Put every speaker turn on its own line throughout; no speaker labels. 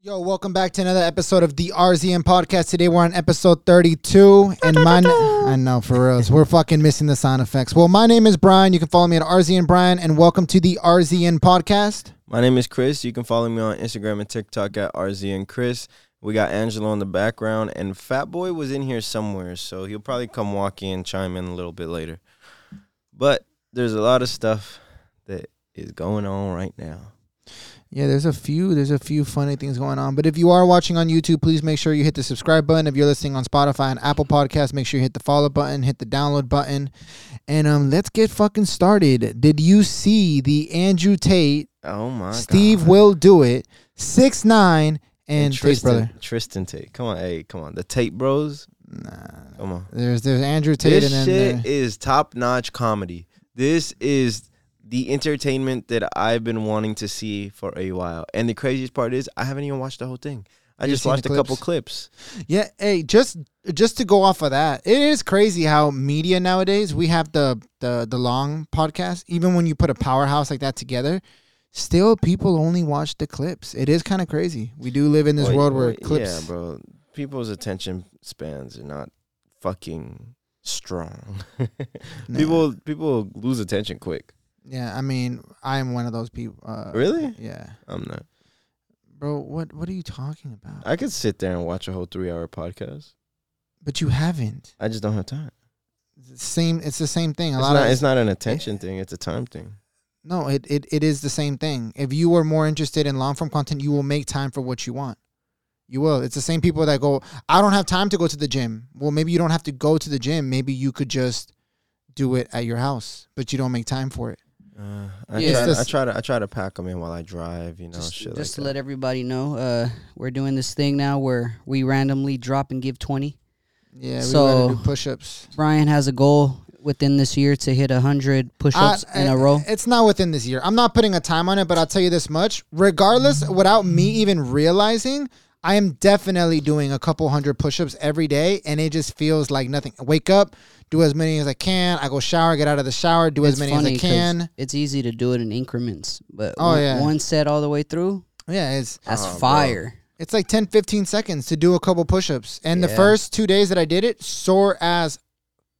Yo, welcome back to another episode of the RZM podcast. Today we're on episode 32, and my na- I know for reals, we're fucking missing the sound effects. Well, my name is Brian. You can follow me at RZN Brian, and welcome to the RZN podcast.
My name is Chris. You can follow me on Instagram and TikTok at RZ and Chris. We got Angelo in the background, and Fat Boy was in here somewhere, so he'll probably come walk in, chime in a little bit later. But there's a lot of stuff that is going on right now.
Yeah, there's a few there's a few funny things going on. But if you are watching on YouTube, please make sure you hit the subscribe button. If you're listening on Spotify and Apple Podcasts, make sure you hit the follow button, hit the download button, and um, let's get fucking started. Did you see the Andrew Tate,
Oh my
Steve
God.
will do it, six nine, and, Tate's
Tristan,
brother?
Tristan Tate. Come on, hey, come on. The Tate Bros.
Nah,
Come on.
There's there's Andrew Tate
this
and
shit
then there-
is top notch comedy. This is the entertainment that I've been wanting to see for a while. And the craziest part is I haven't even watched the whole thing. I
You've
just
seen the
watched a couple clips.
yeah. Hey, just just to go off of that, it is crazy how media nowadays we have the the the long podcast. Even when you put a powerhouse like that together, still people only watch the clips. It is kind of crazy. We do live in this
Like,
world where
like,
clips.
Yeah, bro. People's attention spans are not fucking strong.
nah.
People people lose attention quick.
Yeah, I mean, I am one of those people. Uh,
Really?
Yeah,
I'm not.
bro. What what are you talking about?
I could sit there and watch a whole three hour podcast.
but you haven't.
I just don't have time.
Same. It's the same thing. A
It's
lot
not,
of
it's not an attention thing, it's a time thing.
No, it, it, it is the same thing. If you are more interested in long form content, you will make time for what you want. You will. It's the same people that go, I don't have time to go to the gym. Well, maybe you don't have to go to the gym. Maybe you could just do it at your house, but you don't make time for it.
Uh, I, try
Yeah.
It's
to, I
just-
try to I try to pack them in while I drive, you know,
just
shit
just to
like
let everybody know, uh, we're doing this thing now where we randomly drop and give twenty.
Yeah, we
So-
gotta do push ups.
Brian has a goal within this year to hit hundred push-ups in a row.
It's not within this year. I'm not putting a time on it, but I'll tell you this much. Regardless, without me even realizing, I am definitely doing a couple hundred push ups every day, and it just feels like nothing. I wake up, do as many as I can. I go shower, get out of the shower, do
It's
as many as
funny
I
'cause
can.
It's easy to do it in increments, but
Oh,
one-
yeah.
one set all the way through.
Yeah, it's
That's
Oh, bro.
fire.
it's like 10, 15 seconds to do a couple push ups. And the
Yeah.
first two days that I did it, sore as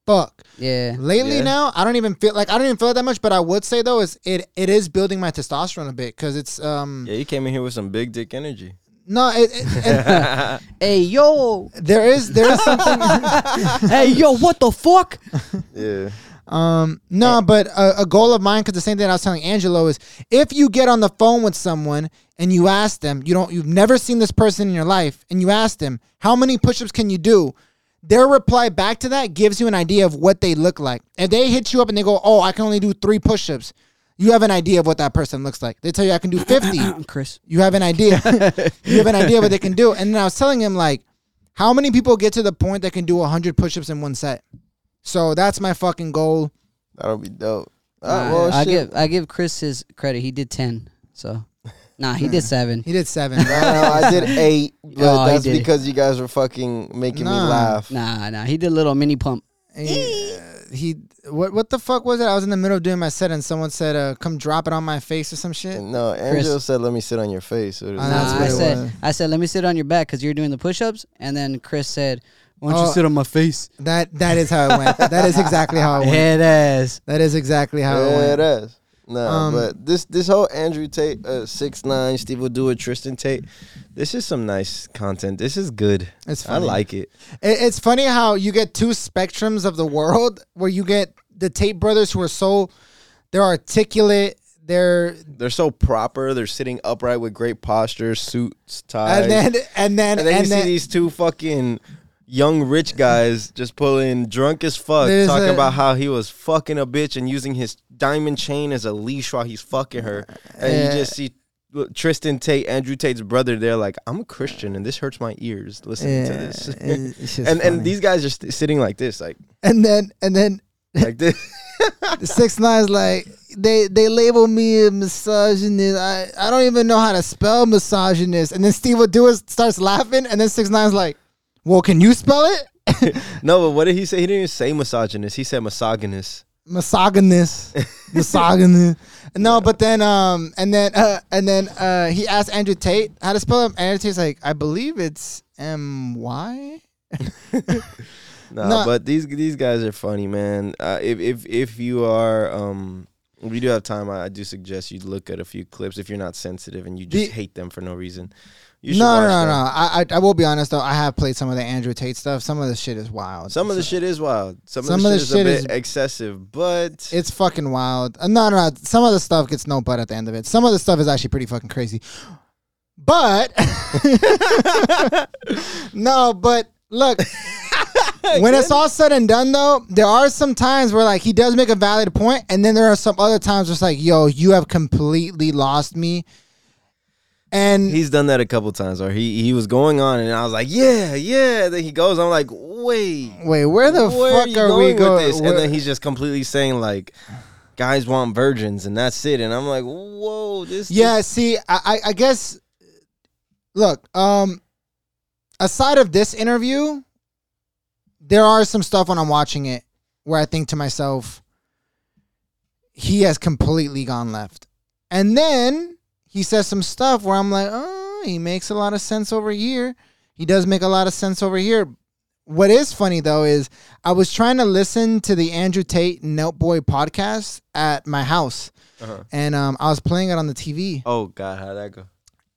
fuck.
Yeah,
Lately
Yeah.
now, I don't even feel like I don't even feel it that much, but I would say though is it it is building my testosterone a bit because it's um
that. Yeah, you came in here with some big dick energy.
no it, it, it
Hey yo,
There is there is something.
hey yo, what the fuck?
yeah.
um, no, but a, a goal of mine because the same thing I was telling Angelo is if you get on the phone with someone and you ask them, you don't, you've never seen this person in your life, and you ask them how many push-ups can you do. Their reply back to that gives you an idea of what they look like. If they hit you up and they go, "Oh, I can only do three push-ups," you have an idea of what that person looks like. They tell you, "I can do 50.
Chris.
You have an idea. you have an idea what they can do. And then I was telling him like, how many people get to the point that can do 100 push-ups in one set? So that's my fucking goal.
That'll be dope.
Oh,
Nah, I give I give Chris his credit. He did ten, so nah, he did seven.
He did seven. bro.
I did eight, but
Oh, he that's did it.
because you guys were fucking making
me Nah. laugh.
Nah, nah, he did a little mini pump.
he, uh, he- what what the fuck was it? I was in the middle of doing my set and someone said, uh, "Come drop it on my face" or some shit.
No,
Angel
Angel said, "Let me sit on your face."
Ah,
Nah,
That's what
I
it
said,
was.
I said, let me sit on your back because you're doing the push-ups, and then Chris said, "Why don't
Oh.
you sit on my face?"
That that is how it went. that is exactly how it went.
Head ass.
That is exactly how it
yeah, it
went.
is. No,
Um,
but this this whole Andrew Tate, uh, six nine, Steve will do it, Tristan Tate. This is some nice content. This is good.
It's
I
funny.
like it.
It, it's funny how you get two spectrums of the world where you get the Tate brothers who are so they're articulate. They're
They're so proper. They're sitting upright with great posture, suits, ties.
and then and then
And then you see these two fucking young rich guys just pulling drunk as fuck,
There's
talking
a-
about how he was fucking a bitch and using his diamond chain as a leash while he's fucking her. And
Yeah.
you just see Tristan Tate, Andrew Tate's brother, they're like, I'm a Christian and this hurts my ears listening to this. and and these guys are st- sitting like this, like
and then and then
like this.
six nine's like they they label me a misogynist. I, I don't even know how to spell misogynist. And then Steve will do it, starts laughing, and then six nine's like, "Well, can you spell it?"
no, but what did he say? He didn't even say misogynist. He said misogynist.
misogynist, misogynist. No, but then um, and then uh, and then uh, he asked Andrew Tate how to spell him. Andrew Tate's like, I believe it's M Y.
Nah,
No.
but these these guys are funny, man. Uh, if if if you are um if you do have time, I, I do suggest you look at a few clips if you're not sensitive and you just
The-
hate them for no reason. You should
No, no,
watch
no,
them.
no. I, I I will be honest though. I have played some of the Andrew Tate stuff. Some of the shit is wild.
Some of the shit is wild. Some, of the shit, is a bit excessive, but
It's fucking wild. Uh, No, no, no. Some of the stuff gets no butt at the end of it. Some of the stuff is actually pretty fucking crazy. But no, but look. when it's all said and done though, there are some times where like he does make a valid point and then there are some other times where it's like, yo, you have completely lost me. And
he's done that a couple times. Or he he was going on, and I was like, yeah, yeah. Then he goes, I'm like, wait,
wait, where the
where are
fuck
you
are,
going
we
with
going?
this?
Where-
And then he's just completely saying like, guys want virgins, and that's it. And I'm like, whoa, this.
Yeah, see, I, I, I guess. Look, um, aside of this interview, there are some stuff when I'm watching it where I think to myself, he has completely gone left, and then he says some stuff where I'm like, oh, he makes a lot of sense over here. He does make a lot of sense over here. What is funny though is I was trying to listen to the Andrew Tate Note Boy podcast at my house
Uh-huh.
and um, I was playing it on the TV.
Oh God, how'd that go?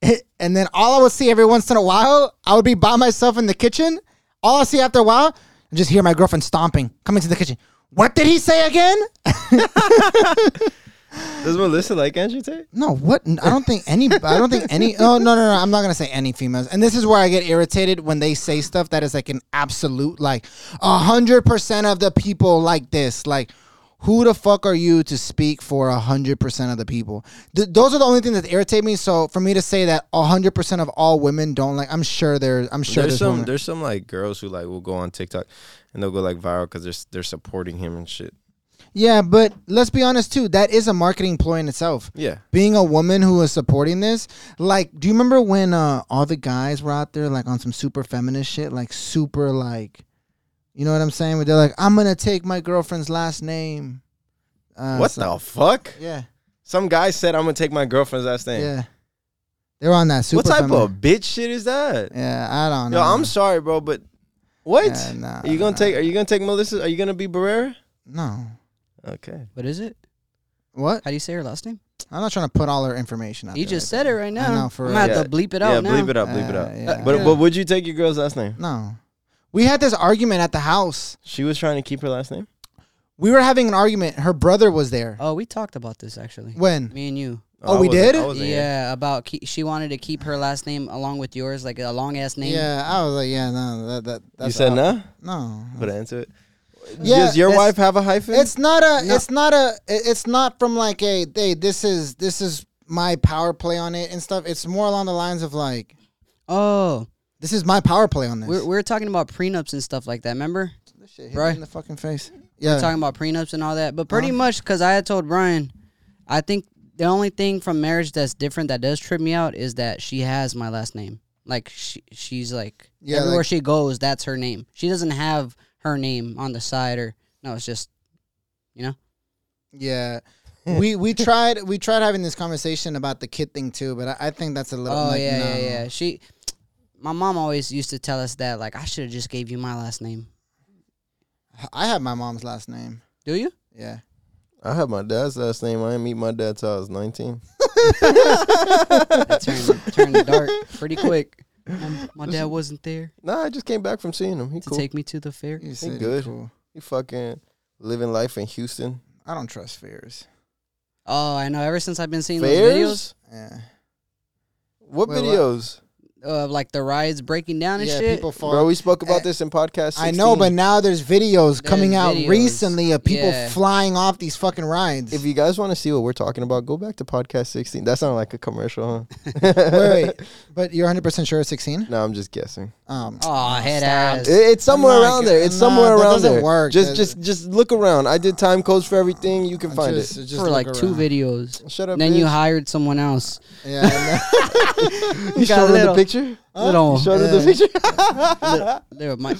And then all I would see every once in a while, I would be by myself in the kitchen. All I see after a while, I just hear my girlfriend stomping, coming to the kitchen. What did he say again?
Does Melissa like Andrew Tate?
No, what? I don't think any. I don't think any. Oh no, no, no! I'm not gonna say any females. And this is where I get irritated when they say stuff that is like an absolute, like a hundred percent of the people like this. Like, who the fuck are you to speak for a hundred percent of the people? Th- those are the only things that irritate me. So for me to say that a hundred percent of all women don't like, I'm sure there. I'm sure
there's
there's,
some
women-
there's some like girls who like will go on TikTok and they'll go like viral because they're s- they're supporting him and shit.
Yeah, but let's be honest too. That is a marketing ploy in itself.
Yeah.
being a woman who is supporting this like do you remember when uh, all the guys were out there like on some super feminist shit like super like you know what i'm saying where they're like i'm gonna take my girlfriend's last name uh,
what
so-
the fuck?
yeah
Some guy said I'm gonna take my girlfriend's last name.
yeah they're on that super
what type
feminine-
of bitch shit is that?
yeah i don't know
Yo, I'm sorry, bro, but what?
Yeah, nah,
are you gonna
nah.
take? Are you gonna take Melissa? Are you gonna be Barrera?
no
Okay.
What is it?
what
How do you say her last name?
i'm not trying to put all her information out
You
there
just
like
said it right now.
know, for
I'm gonna
real.
have to bleep it
yeah,
out now.
bleep it up, bleep it
Uh,
up.
yeah.
But
Yeah.
but would you take your girl's last name?
that. no we had this argument at the house
She was trying to keep her last name.
we were having an argument her brother was there
Oh, we talked about this actually.
when
Me and you.
Oh,
I
we
wasn't-
did?
I wasn't here.
Yeah, about ke- she wanted to keep her last name along with yours, like a long ass name.
yeah i was like yeah no that, that that's
You said
out.
no.
no
Put an end to it.
Yeah,
Does your
that's-
wife have a hyphen?
It's not a.
No.
It's not a. it- It's not from like a. Hey, this is this is my power play on it and stuff. It's more along the lines of like,
Oh,
this is my power play on this.
we're, we're talking about prenups and stuff like that. Remember?
This shit hit me
Right.
in the fucking face. Yeah. Uh-huh.
talking about prenups and all that. But pretty much 'cause much, because I had told Brian, I think the only thing from marriage that's different that does trip me out is that she has my last name. Like she, she's like
Yeah,
everywhere
like-
she goes, that's her name. She doesn't have her name on the side or no, it's just you know.
yeah. we we tried we tried having this conversation about the kid thing too, but I, I think that's a little.
Oh
like,
yeah,
no.
yeah, yeah. She, my mom always used to tell us that like I should have just gave you my last name.
I have my mom's last name.
Do you?
Yeah.
I have my dad's last name. I didn't meet my dad till I was 19.
It turned turned dark pretty quick. Um, my dad wasn't there
Nah, I just came back from seeing him. He
to
cool.
take me to the fair.
You said
good.
cool.
he fucking living life in Houston.
I don't trust fears.
Oh, I know. Ever since I've been seeing those videos.
Fairs?
Yeah.
What
Wait, what?
videos?
of like the rides breaking down and
yeah.
shit.
People fall.
Bro, we spoke about
Eh,
this in podcast. 16.
I know, but now there's videos coming out
videos.
recently of people
Yeah.
flying off these fucking rides.
if you guys want to see what we're talking about, go back to podcast 16. That sounded like a commercial, huh?
wait, wait, but you're 100 percent sure it's 16?
no, I'm just guessing.
Um,
oh, head
Stop.
It-
ass.
it's somewhere
not
around there. It's
good.
somewhere
Nah, that
around
doesn't
there.
work.
Just,
That-
just, just look around. I did time codes for everything. You can find
just, just
for like
look
two
around.
videos.
it. Shut up.
then you
bitch.
hired someone else.
Yeah, I know.
you
got
showed him the
little.
teacher?
Little-
You showed her
Yeah.
the teacher?
They were my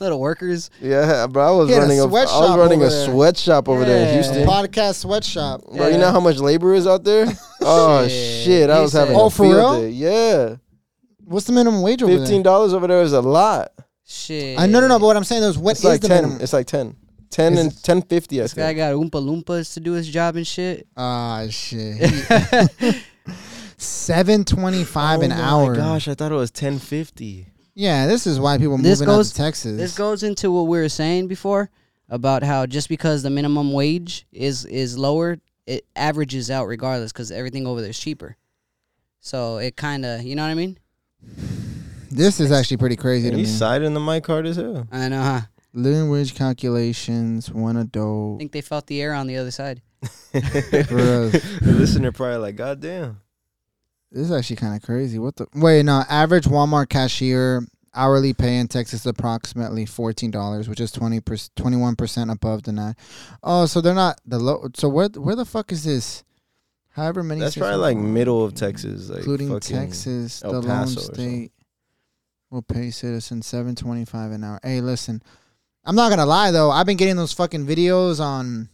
little workers.
yeah, bro. I was
He had a
running a, I was
sweatshop
running a
over there.
sweatshop over there in
Yeah.
A
Houston.
podcast sweatshop.
Bro, you know how much labor is out there? oh shit, I
He
was having
said-
Oh,
a
for
field
real?
day. Yeah,
What's the minimum wage over
fifteen dollars over there is a lot.
Shit.
there? I no no no. But what I'm saying is, what
It's
is
like
the
ten.
minimum?
It's like ten. Ten
Is
and ten fifty. I
This guy
think.
got Oompa Loompas to do his job and shit.
Ah shit. Seven twenty five an
oh my
hour.
gosh, I thought it was ten fifty.
Yeah, this is why people
This
moving out
goes-
to Texas.
This goes into what we were saying before about how just because the minimum wage is is lower, it averages out regardless because everything over there is cheaper. So it kind of, you know what I mean?
this is actually pretty crazy to me.
He's siding the mic hard as hell.
I know, huh?
Living wage calculations, one
I
adult.
think they felt the air on the other side.
the listener probably like, God damn.
This is actually kind of crazy. What the? Wait, no. Average Walmart cashier hourly pay in Texas is approximately fourteen dollars, which is twenty twenty one percent above the nine. Oh, so they're not the low. So where where the fuck is this? However many.
That's
states
probably
are-
like middle of Texas, like
including
fucking-
Texas,
El
the lone
Paso or something.
state will pay citizens seven twenty five an hour. Hey, listen, I'm not gonna lie though. I've been getting those fucking videos on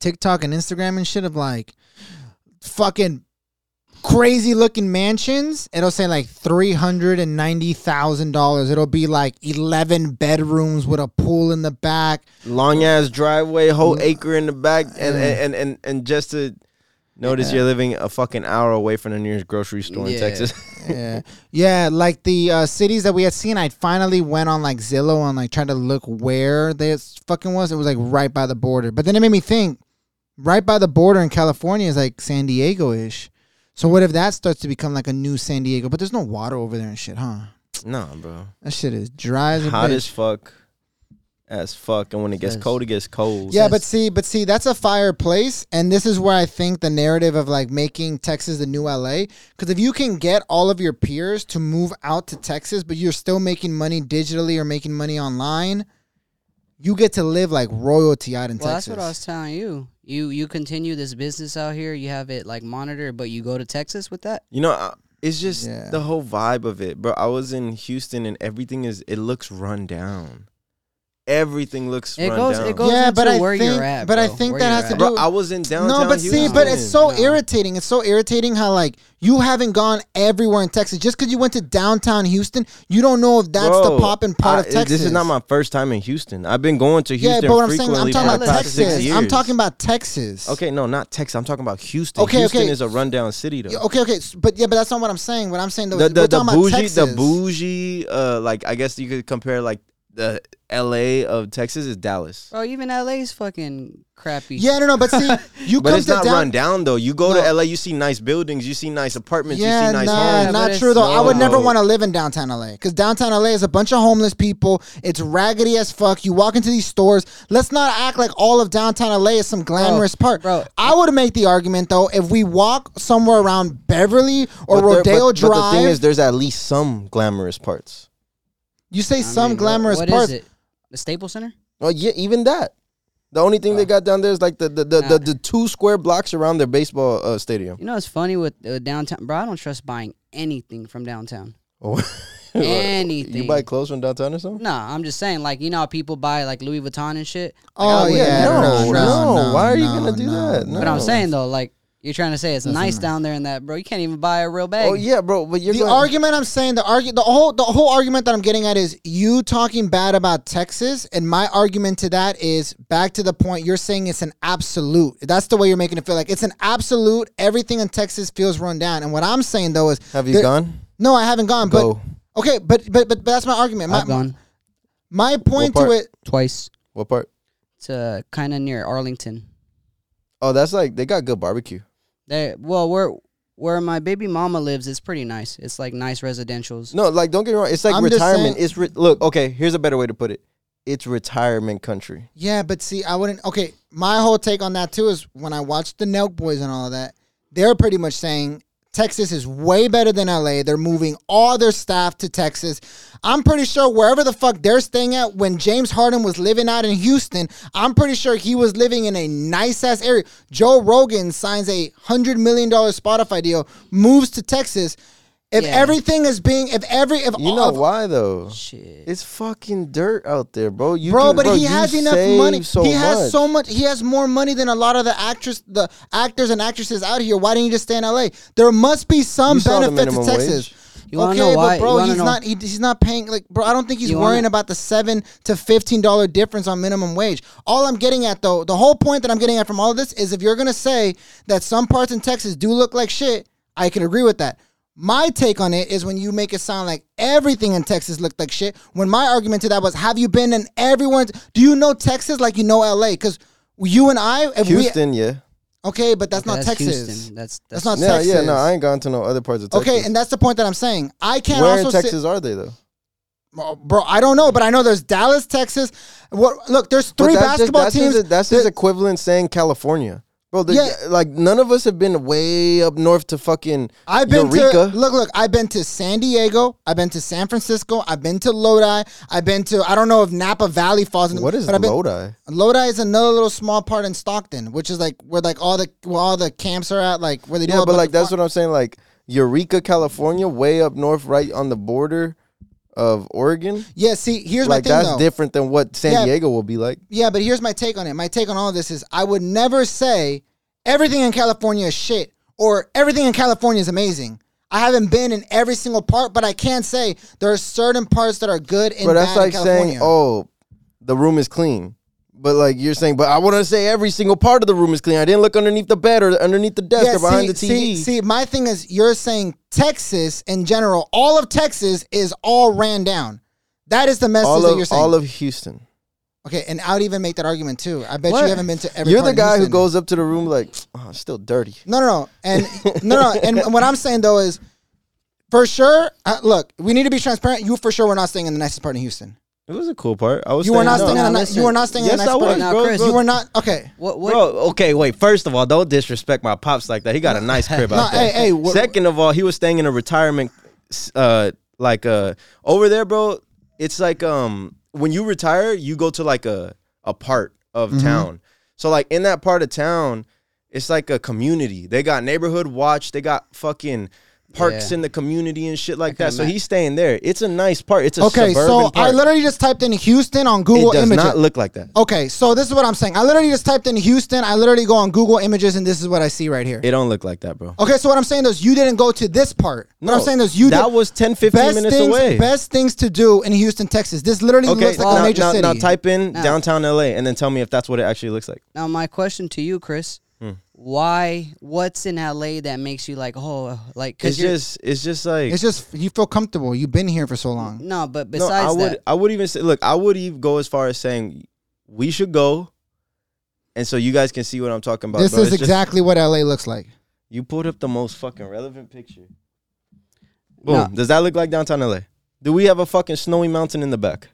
TikTok and Instagram and shit of like fucking crazy looking mansions. It'll say like three hundred and ninety thousand dollars. It'll be like eleven bedrooms with a pool in the back.
long ass driveway,
Mm-hmm.
whole acre in the back, and and and and, and just to notice you're living a fucking hour away from the nearest grocery store in
Yeah.
Texas.
yeah, yeah. Like the uh, cities that we had seen, I finally went on like Zillow and like tried to look where this fucking was. It was like right by the border, but then it made me think, right by the border in California is like San Diego ish. So what if that starts to become like a new San Diego? But there's no water over there and shit, huh?
nah, bro,
That shit is dry as a
hot
bitch.
as fuck, as fuck, and when it gets
Says-
cold, it gets cold.
Yeah, but see, but see, that's a fireplace, and this is where I think the narrative of like making Texas the new LA. Because if you can get all of your peers to move out to Texas, but you're still making money digitally or making money online, you get to live like royalty out in
Well,
Texas.
that's what I was telling you. You you continue this business out here. You have it like monitored, but you go to Texas with that.
You know, I- it's just
Yeah.
the whole vibe of it, bro. I was in Houston and everything is it looks run down. Everything looks
It
run
goes-
down.
it goes
yeah,
into
but I
where
think,
you're at,
but I
bro,
think
where
that
you're
has to
at.
Bro,
do.
I was in downtown.
no, but see,
Houston.
but it's so
No.
irritating. It's so irritating how like you haven't gone everywhere in Texas just because you went to downtown Houston. You don't know if that's
Bro,
the poppin' part
I-
of Texas.
This is not my first time in Houston. I've been going to Houston
yeah, but what I'm saying,
frequently
I'm talking
for
about
the past
Texas.
six years.
I'm talking about Texas.
Okay, no, not Texas. I'm talking about Houston.
Okay,
Houston
okay.
is a rundown city, though.
Yeah, okay, okay, s- but yeah, but that's not what I'm saying. What I'm saying though,
the
is
the,
we're
the
talking about
bougie, the
Texas.
bougie, uh, like I guess you could compare like the L.A. of Texas is Dallas,
Bro, even LA's fucking crappy.
Yeah, no, no, but see, you
but
come
it's
to
not
down-
run down though. You go
No.
to L.A., you see nice buildings, you see nice apartments, you
Yeah,
see nice
nah,
homes.
but
not
it's-
true though. I would never
No.
want to live in downtown LA because downtown LA is a bunch of homeless people. It's raggedy as fuck. You walk into these stores. Let's not act like all of downtown LA is some glamorous part.
bro.
I would make the argument though if we walk somewhere around Beverly or
But there-
Rodeo
but-
Drive.
But the thing is, there's at least some glamorous parts.
you say
I
some
mean, what-
glamorous
what is
parts.
it? The Staples Center.
Oh yeah, even that. The only thing they got down there is like the the, the, the,
Nah.
the two square blocks around their baseball uh, stadium.
You know, it's funny with uh, downtown, bro. I don't trust buying anything from downtown.
Oh,
Anything.
you buy clothes from downtown or something?
No, I'm just saying, like you know, how people buy like Louis Vuitton and shit.
Oh,
Like, I
yeah,
wouldn't-
no,
no,
no, no,
Why are you
no,
gonna do
no.
that?
But
But I'm
No.
saying though, like you're trying to say it's nice
not.
down there, and that, bro, you can't even buy a real bag.
Oh yeah, bro. But you're
the
going-
argument I'm saying the argu- the whole the whole argument that I'm getting at is you talking bad about Texas, and my argument to that is back to the point you're saying it's an absolute. That's the way you're making it feel like it's an absolute. Everything in Texas feels run down, and what I'm saying though is
Have you
there-
gone?
No, I haven't gone.
Go.
But okay, but but but, but that's my argument. My,
I've gone
my point
What
to
part?
it.
twice
What part?
to kind of near Arlington.
Oh, that's like they got good barbecue.
They well, where where my baby mama lives, it's pretty nice. It's like nice residentials.
No, like don't get me wrong. It's like
I'm just
retirement.
saying-
It's re- look okay. Here's a better way to put it. It's retirement country.
Yeah, but see, I wouldn't. Okay, my whole take on that too is when I watched the Nelk Boys and all of that, they're pretty much saying Texas is way better than LA. They're moving all their staff to Texas. I'm pretty sure wherever the fuck they're staying at, when James Harden was living out in Houston, I'm pretty sure he was living in a nice ass area. Joe Rogan signs a hundred million dollar Spotify deal, moves to Texas. If
Yeah.
everything is being, if every, if
You know
all,
why though?
Shit.
It's fucking dirt out there, bro. You
bro,
can-
but he
you
has enough
save
money.
So
he has
much.
so much. He has more money than a lot of the actress, the actors and actresses out here. Why didn't he just stay in L.A.? There must be some
You saw the
benefit to
minimum
Texas.
wage.
You wanna know why?
but bro,
you wanna
he's
know,
not. He, he's not paying. Like, bro, I don't think he's
You
worrying
wanna-
about the seven to fifteen dollar difference on minimum wage. All I'm getting at, though, the whole point that I'm getting at from all of this is, if you're gonna say that some parts in Texas do look like shit, I can agree with that. My take on it is when you make it sound like everything in Texas looked like shit. When my argument to that was, have you been in everyone? Do you know Texas like you know L.A.? Because you and I, if
Houston, yeah.
we okay, but that's
Okay,
not
that's
Texas.
Houston. That's, that's
That's not
Yeah, yeah,
Texas.
no, I ain't gone to no other parts of Texas.
Okay, and that's the point that I'm saying. I can't
where in
also
Texas
sit-
are they though?
Oh, bro. I don't know, but I know there's Dallas, Texas. What? Look, there's
But
three
that's just-
basketball
that's
teams.
Just, that's his equivalent saying California, bro. the-
Yeah.
like none of us have been way up north to fucking
I've been
Eureka.
to look, look. I've been to San Diego. I've been to San Francisco. I've been to Lodi. I've been to I don't know if Napa Valley falls in.
what is
but I've been-
Lodi?
Lodi is another little small part in Stockton, which is like where like all the where all the camps are at, like where they do.
Yeah,
all
but
the
like that's
fun-
what I'm saying. Like Eureka, California, way up north, right on the border of Oregon.
yeah. See, here's
like
my thing
that's
though.
different than what San
Yeah.
Diego will be like.
Yeah, but here's my take on it. My take on all of this is I would never say everything in California is shit or everything in California is amazing. I haven't been in every single part, but I can say there are certain parts that are good and
But that's
bad
like
in California.
saying, oh, the room is clean. But like you're saying, but I want to say every single part of the room is clean. I didn't look underneath the bed or underneath the desk
Yeah,
or behind the TV.
See, see, my thing is you're saying Texas in general, all of Texas is all ran down. That is the message
all
that you're
of
saying.
all of Houston.
okay, and I would even make that argument too. I bet
What?
you haven't been to every
You're
part
the
of
guy who
Houston.
goes up to the room like, oh, it's still dirty.
No, no, no, and no, no, and what I'm saying though is, for sure. Uh, look, we need to be transparent. You for sure were not staying in the nicest part of Houston.
It was a cool part. I was.
You were not
no.
staying in
Now,
the ni-
listen.
you were not staying in
Yes,
the
I
nicest
was,
part.
Now,
bro.
Chris,
bro.
You were not okay.
What? What?
Bro, okay, wait. First of all, don't disrespect my pops like that. He got a nice crib out
No,
there.
hey, hey, wha-
Second of all, he was staying in a retirement, s- uh, like uh, over there, bro. It's like um, when you retire, you go to like a a part of
Mm-hmm.
town. So like in that part of town, it's like a community. They got neighborhood watch. They got fucking parks
Yeah.
in the community and shit like
can
that. So
ima-
he's staying there. It's a nice part. It's a
Okay,
Suburban
so I
park.
literally just typed in Houston on
It
Google
does
Images.
not look like that.
okay, so this is what I'm saying. I literally just typed in Houston. I literally go on Google Images, and this is what I see right here.
It don't look like that, bro.
Okay, so what I'm saying is you didn't go to this part. what I'm saying is you
that
did,
was 10, 15
best
minutes
things,
away.
Best things to do in Houston, Texas. This literally
Okay,
looks like a
now,
major
now,
city.
now type in downtown LA and then tell me if that's what it actually looks like.
Now, my question to you, Chris.
Hmm.
Why? What's in LA that makes you like, oh, like?
It's
Cause you're,
just, it's just like
It's just you feel comfortable. You've been here for so long.
no, but
no. I
besides
would,
that,
I would even say, look, I would even go as far as saying we should go, and so you guys can see what I'm talking about.
this
bro.
is
It's just-
exactly what LA looks like.
you pulled up the most fucking relevant picture. Boom.
No.
Does that look like downtown LA? Do we have a fucking snowy mountain in the back?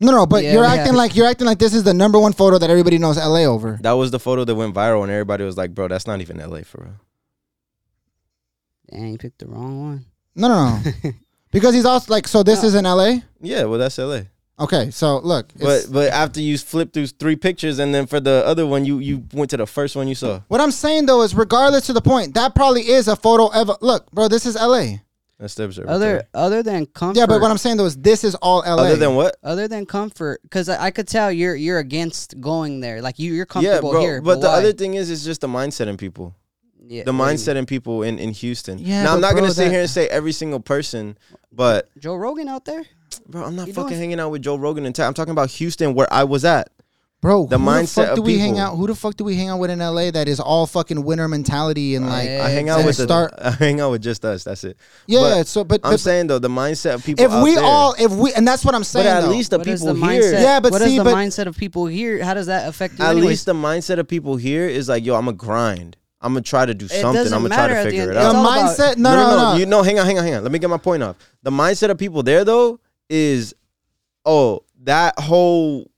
No, no, but
Yeah,
you're
we
acting
have-
like you're acting like this is the number one photo that everybody knows LA over.
That was the photo that went viral, and everybody was like, "Bro, that's not even LA for real."
dang, you picked the wrong one.
No, no, no, because he's also like, so this
No.
is in LA.
Yeah, well, that's LA.
Okay, so look,
But
it's-
but after you flip through three pictures, and then for the other one, you you went to the first one you saw.
what I'm saying though is, regardless to the point, that probably is a photo of. Look, bro, this is LA.
That's the observatory.
Other, other than comfort.
Yeah, but what I'm saying though is, this is all LA.
other than what?
other than comfort, because I, I could tell you're you're against going there. Like you, you're
Yeah,
comfortable
bro.
here.
but the
why?
other thing is, it's just the mindset in people.
Yeah,
The
what do you
mindset in people in in Houston.
Yeah,
now I'm
but
not gonna
bro,
sit
that-
here and say every single person, but
mean? Joe Rogan out there.
bro, I'm not
You
fucking
doing-
hanging out with Joe Rogan and i I'm talking about Houston where I was at.
bro,
the
who
mindset
the fuck
of
do we hang
people.
out? Who the fuck do we hang out with in LA that is all fucking winner mentality and like,
Yeah,
I hang out
exactly.
with the,
Start-
I hang out with just us. That's it.
yeah.
But
so, but,
I'm
but
saying though, the mindset of people.
if
out
we
there-
all, if we, and that's what I'm
but
saying.
at
though.
least the
What is
people
the
here.
mindset?
Yeah, but
what
see,
is the
but-
mindset of people here? How does that affect you?
at
anyways?
least the mindset of people here is like, yo, I'm gonna grind. I'm gonna try to do
It
something.
doesn't
I'm gonna try
matter
to
at the
figure
end-
it
the
It's
out.
all about-
mindset. no, no, no,
You know, hang on, hang on, hang on. Let me get my point off. The mindset of people there though is, oh, that whole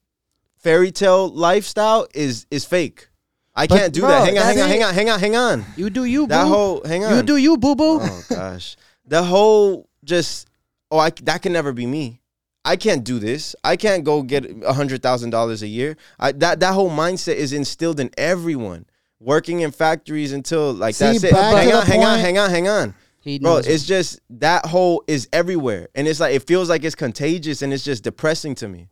fairy tale lifestyle is is fake. I
But
can't do
bro,
that. Hang on, hang
that's
on,
it.
hang on, hang on, hang on.
you do you.
That
boo.
whole hang on.
You do you, boo boo.
Uh-huh.
Oh gosh, the whole just oh, I that can never be me. I can't do this. I can't go get a hundred thousand dollars a year. I, that that whole mindset is instilled in everyone. Working in factories until like
See,
that's it.
back
Hang
to
on,
the
hang on,
point-
hang on, hang on.
He
Bro,
knows
it's just that hole is everywhere, and it's like it feels like it's contagious, and it's just depressing to me.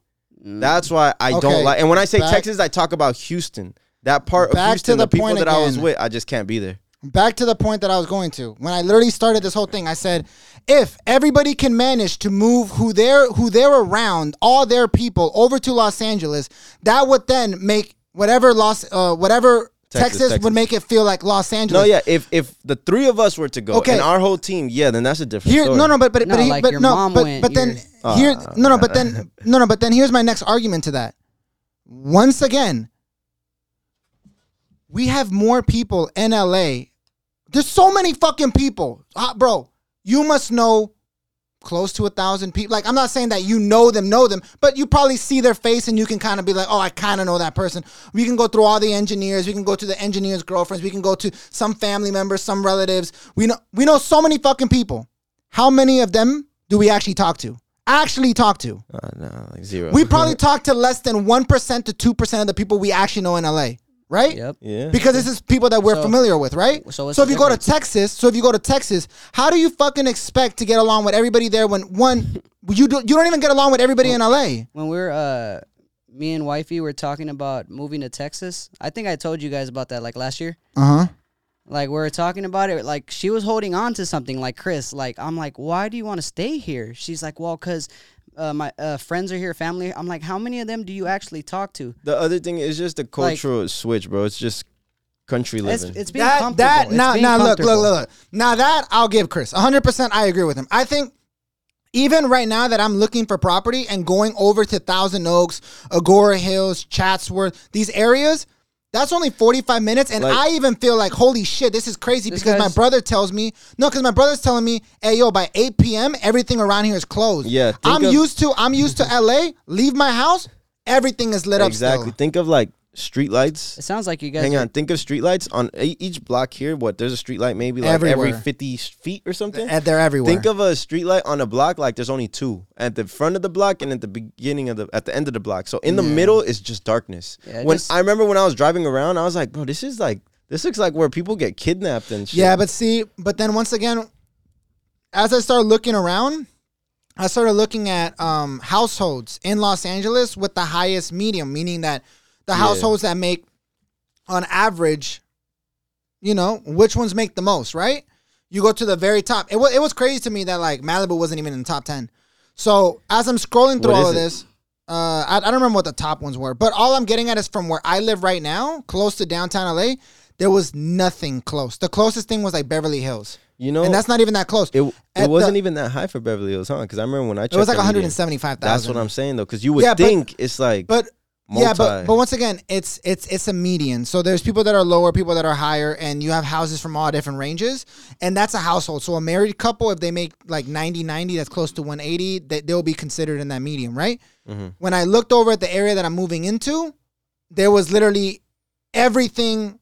Mm.
That's why I
Okay,
don't like. And when I say
back-
Texas, I talk about Houston. That part of
Back to
Houston,
the
the, people
point
that I was
again.
with, I just can't be there.
Back to the point that I was going to. When I literally started this whole thing, I said, if everybody can manage to move who they're who they're around, all their people over to Los Angeles, that would then make whatever Los uh, whatever
Texas,
Texas,
Texas.
would make it feel like Los
No,
Angeles.
yeah. If if the three of us were to go,
Okay.
and our whole team, yeah, then that's a different
Here,
story.
no, no, but but
No,
but, he-
like
but
your
no,
mom
but
went,
but then
you're-
here,
Ah,
no, no,
man.
but then no, no, but then here's my next argument to that. Once again, we have more people in LA. There's so many fucking people, Ah, bro. You must know close to a thousand people. Like I'm not saying that you know them, know them, but you probably see their face and you can kind of be like, oh, I kind of know that person. We can go through all the engineers. We can go to the engineers' girlfriends. We can go to some family members, some relatives. We know we know so many fucking people. How many of them do we actually talk to? Actually talk to.
Uh, no, like zero.
Uh-huh.
We probably talk to less than one percent to two percent of the people we actually know in LA, right?
Yep.
yeah.
Because this is people that we're
So-
familiar with, right?
so
So,
what's
if
the
you go to
difference?
Texas, so if you go to Texas, how do you fucking expect to get along with everybody there when one you do, you don't even get along with everybody in LA?
when we're uh me and wifey were talking about moving to Texas. I think I told you guys about that like last year.
Uh huh.
Like we were talking about it. Like she was holding on to something. Like Chris. Like I'm like, why do you want to stay here? She's like, well, cause uh, my uh, friends are here, family. I'm like, how many of them do you actually talk to?
the other thing is just the cultural switch, bro. It's just country
It's,
living.
it's being
That
comfortable.
that
It's
now
being
now look look
comfortable.
look look now that I'll give Chris 100. percent I agree with him. I think even right now that I'm looking for property and going over to Thousand Oaks, Agora Hills, Chatsworth, these areas, that's only 45 minutes. And
Like-
I even feel like, holy shit, this is crazy
This
because my
guy's-
brother tells me, no, because my brother's telling me, hey, yo, by 8 p.m., everything around here is closed.
Yeah, think
I'm
of-
used to, I'm used to LA, leave my house, everything is lit
exactly.
up still.
Think of like street lights.
It sounds like you guys.
Hang
are-
on. Think of street lights on e- each block here. What? There's a street light maybe like every
Everywhere.
50 feet or something.
And they're everywhere.
Think of a street light on a block like there's only two at the front of the block and at the beginning of the at the end of the block. So in the middle is just darkness.
Yeah,
when
just-
I remember when I was driving around, I was like, bro, this is like this looks like where people get kidnapped and shit.
Yeah, but see, but then once again, as I started looking around, I started looking at um, households in Los Angeles with the highest medium, meaning that the households that make, on average, you know, which ones make the most, right? You go to the very top. It was it was crazy to me that like Malibu wasn't even in the top ten. So as I'm scrolling through
What
all
is
of
it?
this, uh, I, I don't remember what the top ones were, but all I'm getting at is from where I live right now, close to downtown LA, there was nothing close. The closest thing was like Beverly Hills,
You know
and that's not even that close.
Oh. it,
At
it
the-
wasn't even that high for Beverly Hills, huh? Because I remember when I checked
It was like
the median.
175,000.
That's what I'm saying though, because you would
Yeah, but-
think it's like
But yeah, but
Multi.
but once again, it's it's it's a median. So there's people that are lower, people that are higher, and you have houses from all different ranges, and that's a household. So a married couple, if they make like 90, 90, that's close to 180, that they'll be considered in that medium, right?
Mm-hmm.
When I looked over at the area that I'm moving into, there was literally everything,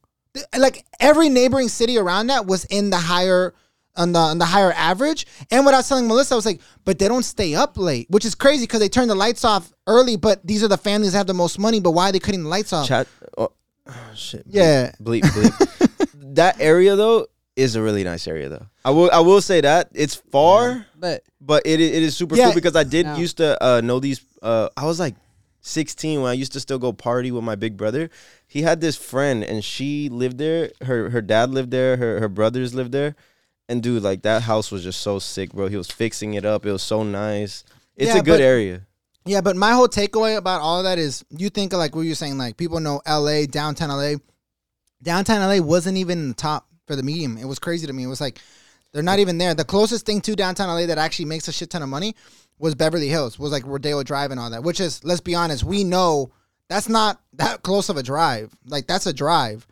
like every neighboring city around that was in the higher. On the, on the higher average. And what I was telling Melissa, I was like, but they don't stay up late, which is crazy because they turn the lights off early, but these are the families that have the most money, but why are they cutting the lights off?
chat. Oh, oh, shit. bleep,
Yeah.
Bleep bleep. that area though is a really nice area though. I will I will say that it's far.
But
but it i- it is super
Yeah.
cool because I did
No.
used to uh, know these. Uh, I was like 16 when I used to still go party with my big brother. He had this friend, and she lived there. Her her dad lived there. Her her brothers lived there. And dude, like that house was just so sick, bro. He was fixing it up. It was so nice. It's
Yeah,
a good
but-
area.
Yeah, but my whole takeaway about all that is you think of like what you're saying, like people know LA, downtown LA. Downtown LA wasn't even in the top for the medium. It was crazy to me. It was like they're not even there. The closest thing to downtown LA that actually makes a shit ton of money was Beverly Hills, was like Rodeo Drive and all that, which is, let's be honest, we know that's not that close of a drive. Like that's a drive.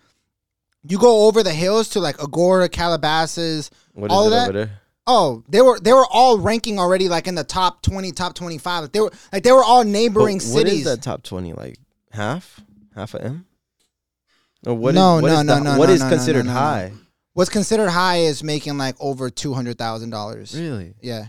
You go over the hills to like Agora, Calabasas,
What is
all
it
of that.
over there?
Oh, they were they were all ranking already like in the top twenty, top twenty five. Like they were like they were all
But
neighboring
What
cities.
is that top 20 like? Half, half of M. Or what? is-
No,
what
no,
is
no,
the-
no,
what
no,
is
no, no,
considered
no, no.
high?
What's considered high is making like over two hundred thousand dollars.
Really?
Yeah,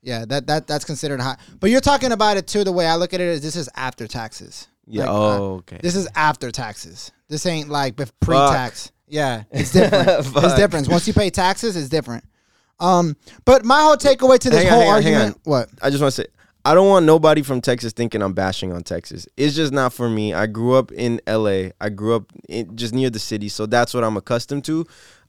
yeah. That that that's considered high. But you're talking about it too. The way I look at it is this is after taxes.
Yeah.
Like, uh,
oh, okay.
This is after taxes. This ain't like pre tax. Yeah, it's different. it's
Fuck.
different. Once you pay taxes, it's different. Um, but my whole takeaway to this
Hang on,
whole
hang on, hang
argument, what?
I just want to say I don't want nobody from Texas thinking I'm bashing on Texas. It's just not for me. I grew up in LA. I grew up in, just near the city, so that's what I'm accustomed to.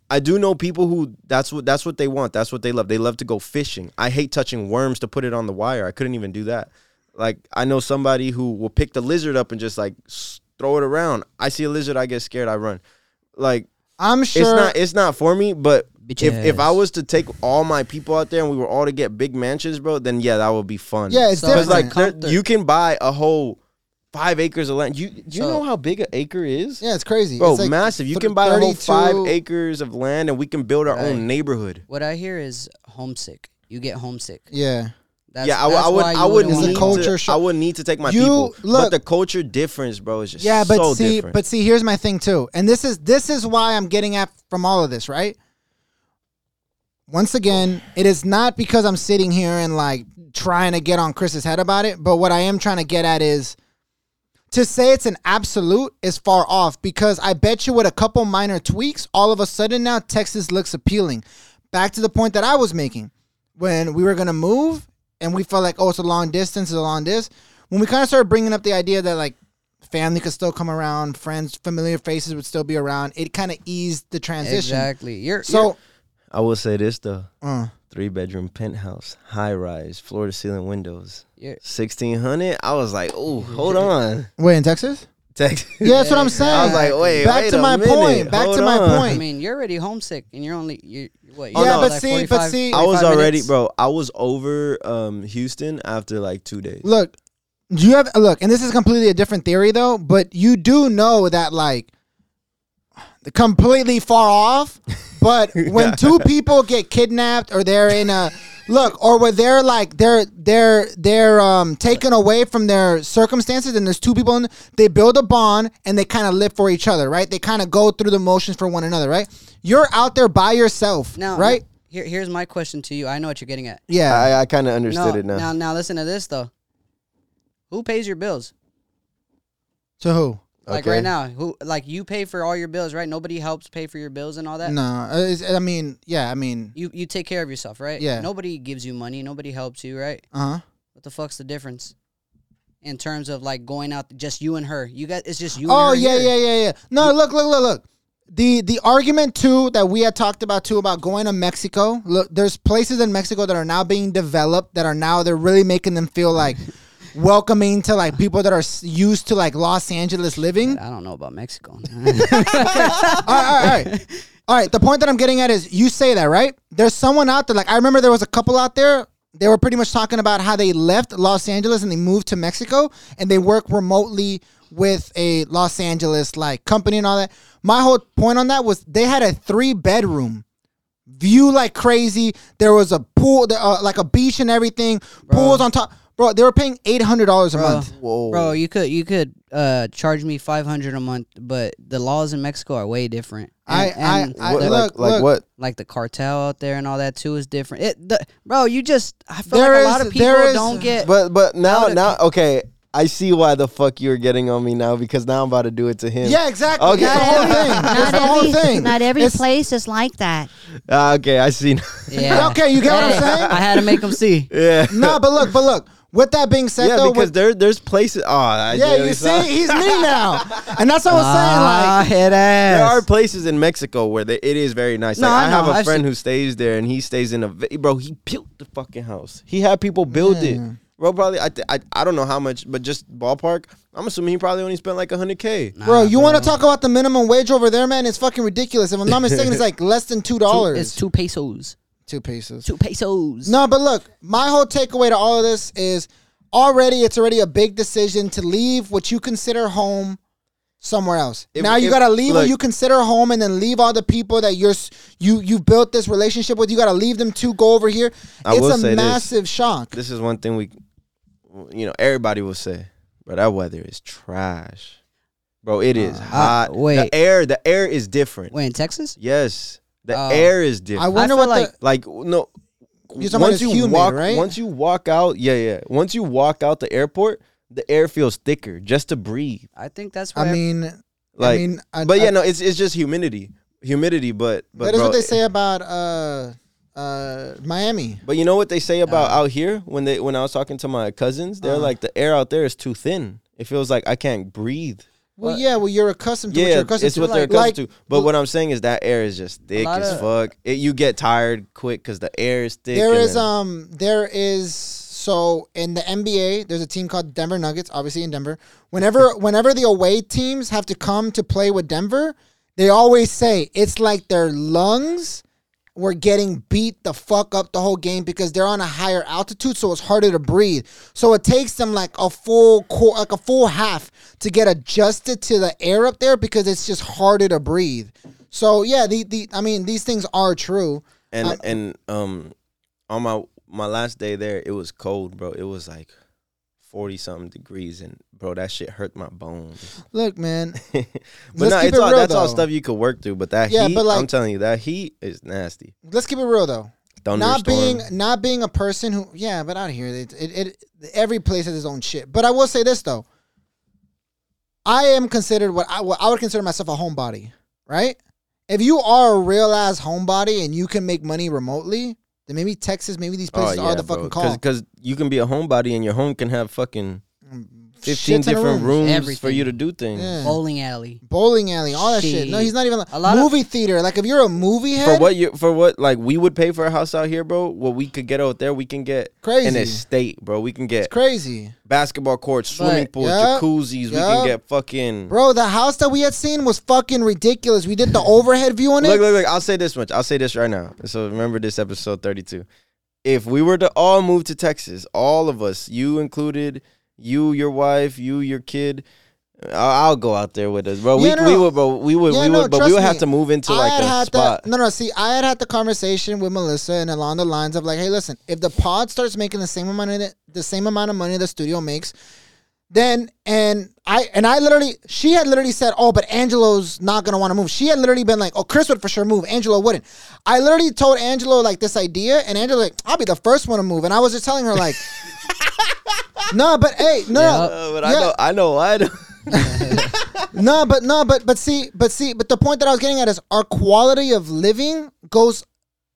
I do know people who that's what that's what they want. That's what they love. They love to go fishing. I hate touching worms to put it on the wire. I couldn't even do that. Like I know somebody who will pick the lizard up and just like s- throw it around. I see a lizard, I get scared, I run. Like
I'm sure.
it's not it's not for me, but
Bitch
if, if
ass.
I was to take all my people out there and we were all to get big mansions, bro, then yeah, that would be fun.
yeah, it's
So
different.
Because like
Comfort.
there- you can buy a whole five acres of land. You do you
So-
know how big an acre is?
yeah, it's crazy.
Bro,
it's like
massive. You
th-
can buy a whole five
32
acres of land and we can build our
Right.
own neighborhood.
What I hear is homesick. You get homesick.
Yeah,
That's,
yeah, I, would-
that's
I would.
why you
I would
wouldn't
It's a
need
want
culture
to.
shock.
I would need to take my
You-
people.
look-
but the culture difference, bro, is just
yeah, but
so
see,
different.
but see, here's my thing too, and this is this is why I'm getting at from all of this, right? Once again, it is not because I'm sitting here and like trying to get on Chris's head about it, but what I am trying to get at is to say it's an absolute is far off because I bet you with a couple minor tweaks, all of a sudden now Texas looks appealing. Back to the point that I was making when we were gonna move and we felt like oh it's a long distance, it's a long this. When we kind of started bringing up the idea that like family could still come around, friends, familiar faces would still be around, it kind of eased the transition.
Exactly. You're
So
I will say this though:
uh,
three bedroom penthouse, high rise, floor to ceiling windows,
you're,
sixteen hundred. I was like, oh, hold on,
wait in Texas?
Texas.
Yeah, that's what I'm saying.
I was like, wait,
back
wait
to
a
my
minute,
point. Back
hold
to my
on.
you're, I
point.
mean, you're already homesick, and you're only you. What?
Oh,
you're
no.
only
But
see, but
45
see-
I was
45
already,
minutes?
bro. I was over um, Houston after like two days.
Look, do you have look, and this is completely a different theory though, but you do know that like completely far off, but when two people get kidnapped or they're in a look or where they're like they're they're they're um taken away from their circumstances and there's two people in they build a bond and they kind of live for each other, right? They kind of go through the motions for one another, right? You're out there by yourself,
Now,
right?
Here, here's my question to you. I know what you're getting at.
Yeah.
I, I kind of understood
no,
it now.
now, now listen to this though. Who pays your bills?
to who?
Like
Okay.
right now, who like you pay for all your bills, right? Nobody helps pay for your bills and all that.
No, it's- uh, I mean, yeah, I mean,
You you take care of yourself, right?
Yeah.
Nobody gives you money. Nobody helps you, right?
uh huh.
What the fuck's the difference? In terms of like going out, just you and her. You got it's just you.
Oh
and her
yeah,
here.
yeah, yeah, yeah. No, look, look, look, look. The the argument too that we had talked about too about going to Mexico. Look, there's places in Mexico that are now being developed that are now they're really making them feel like welcoming to like people that are s- used to like Los Angeles living.
I don't know about Mexico.
all right, all right, all right. All right, the point that I'm getting at is you say that, right? There's someone out there, like I remember there was a couple out there, they were pretty much talking about how they left Los Angeles and they moved to Mexico and they work remotely with a Los Angeles like company and all that. My whole point on that was they had a three bedroom view like crazy. There was a pool, there- uh, like a beach and everything, pools on top. Bro, they were paying $800 a month.
Whoa.
Bro, you could you could uh, charge me five hundred a month, but the laws in Mexico are way different.
I- I- I-
What-
look,
like, like
look.
what?
like the cartel out there and all that too is different. It, the, bro, you just I feel
There
like
is-
a lot of people
there is-
don't get.
But but now
How
now okay, I see why the fuck you're getting on me now because now I'm about to do it to him.
Yeah, exactly.
Okay.
That's the whole
Not
thing. That's the whole thing.
Not every
It's-
place is like that.
Ah, okay, I see.
yeah,
Okay, you get what I'm
Hey,
saying?
I had to make them see.
yeah.
no, but look, but look. With that being said,
yeah,
though,
because
with-
there there's places. Oh, I
yeah,
really
you
saw-
see, he's me now, and that's what I was saying.
Ah,
Like,
head ass.
There are places in Mexico where they, it is very nice.
No,
Like, I,
I
have
know.
a
I've
friend
seen-
who stays there, and he stays in a vi- bro. He built the fucking house. He had people build
Mm.
it. Bro, probably I, th- I I don't know how much, but just ballpark. I'm assuming he probably only spent like hundred k.
bro, you want to talk about the minimum wage over there, man? It's fucking ridiculous. If I'm not mistaken, it's like less than two dollars.
It's two pesos.
two pesos.
Two pesos.
No, but look, my whole takeaway to all of this is already it's already a big decision to leave what you consider home somewhere else.
If-
now you
if-
gotta leave what
look-
you consider home, and then leave all the people that you're s- you you built this relationship with. You gotta leave them to go over here.
I
it's
will
a
say this.
massive shock.
This is one thing we, you know, everybody will say, bro. That weather is trash, bro. It is hot.
Uh, wait.
the air the air is different.
Wait, in Texas?
Yes, the
Oh.
air is
I
different.
wonder
feel
what
like-
the,
like no.
You're talking about it's humid,
walk,
right?
once you walk out, yeah, yeah. Once you walk out the airport, the air feels thicker just to breathe.
I think that's where
I mean,
Like,
I mean, I,
but
I-
yeah, no, it's it's just humidity, humidity. But but
that is
bro,
what they say about uh, uh, Miami.
But you know what they say about
Uh-huh.
out here when they when I was talking to my cousins, they're like the air out there is too thin. It feels like I can't breathe.
Well, yeah. Well, you're accustomed to what
yeah,
you're accustomed
it's
to.
what they're
Like-
accustomed
like-
to. But what I'm saying is that air is just thick
lot
as
of-
fuck. It, you get tired quick because the air is thick.
There
and
is
then-
um there is so in the NBA there's a team called Denver Nuggets obviously in Denver. Whenever whenever the away teams have to come to play with Denver, they always say it's like their lungs were getting beat the fuck up the whole game because they're on a higher altitude so it's harder to breathe. So it takes them like a full core like a full half to get adjusted to the air up there because it's just harder to breathe. So yeah, the, the I mean these things are true.
and
um,
and um on my my last day there, it was cold, bro. It was like forty something degrees, and bro, that shit hurt my bones.
Look, man,
but
Let's
no,
keep
it's
it
all
real,
that's all
though.
stuff you could work through. But that
Yeah,
heat,
but, like-
I'm telling you, that heat is nasty.
let's keep it real though.
Thunderstorm.
not being not being a person who yeah but out here it, it, it every place has its own shit but i will say this though i am considered what i, what I would consider myself a homebody right if you are a real ass homebody and you can make money remotely then maybe texas maybe
Oh,
these places are the fucking call
Because you can be a homebody and your home can have fucking
Shit ton
15
of
different
rooms.
rooms for
Everything.
you to do things.
Yeah.
Bowling alley.
bowling alley all that shit no
Shit.
he's not even like,
A lot of-
movie theater like if you're a movie head
For what you for what like we would pay for a house out here, bro. What we could get out there, we can get an
Crazy.
estate, bro. We can get
crazy
basketball courts, swimming
But-
pools,
Yup.
jacuzzis. We
Yup.
can get fucking.
bro the house that we had seen was fucking ridiculous we did the overhead view on it
Look, look, look. I'll say this much. I'll say this right now. So remember this episode 32. If we were to all move to Texas, all of us, you included, you, your wife, you, your kid, I'll, I'll go out there with us, bro.
Yeah,
we,
no,
we
no.
would, bro. We would,
Yeah,
we
no,
would, but
trust
we would
me.
have to move into like
had
a
had
spot.
The, no, no. See, I had had the conversation with Melissa and along the lines of like, hey, listen, if the pod starts making the same amount of the, the same amount of money the studio makes, then and I and I literally, she had literally said, oh, but Angelo's not gonna want to move. She had literally been like, oh, Chris would for sure move. Angelo wouldn't. I literally told Angelo like this idea, and Angelo like, I'll be the first one to move, and I was just telling her like. No, but hey, no,
Yeah.
Uh, but
Yeah.
I know, I know, I know.
no, but no, but but see, but see, but the point that I was getting at is our quality of living goes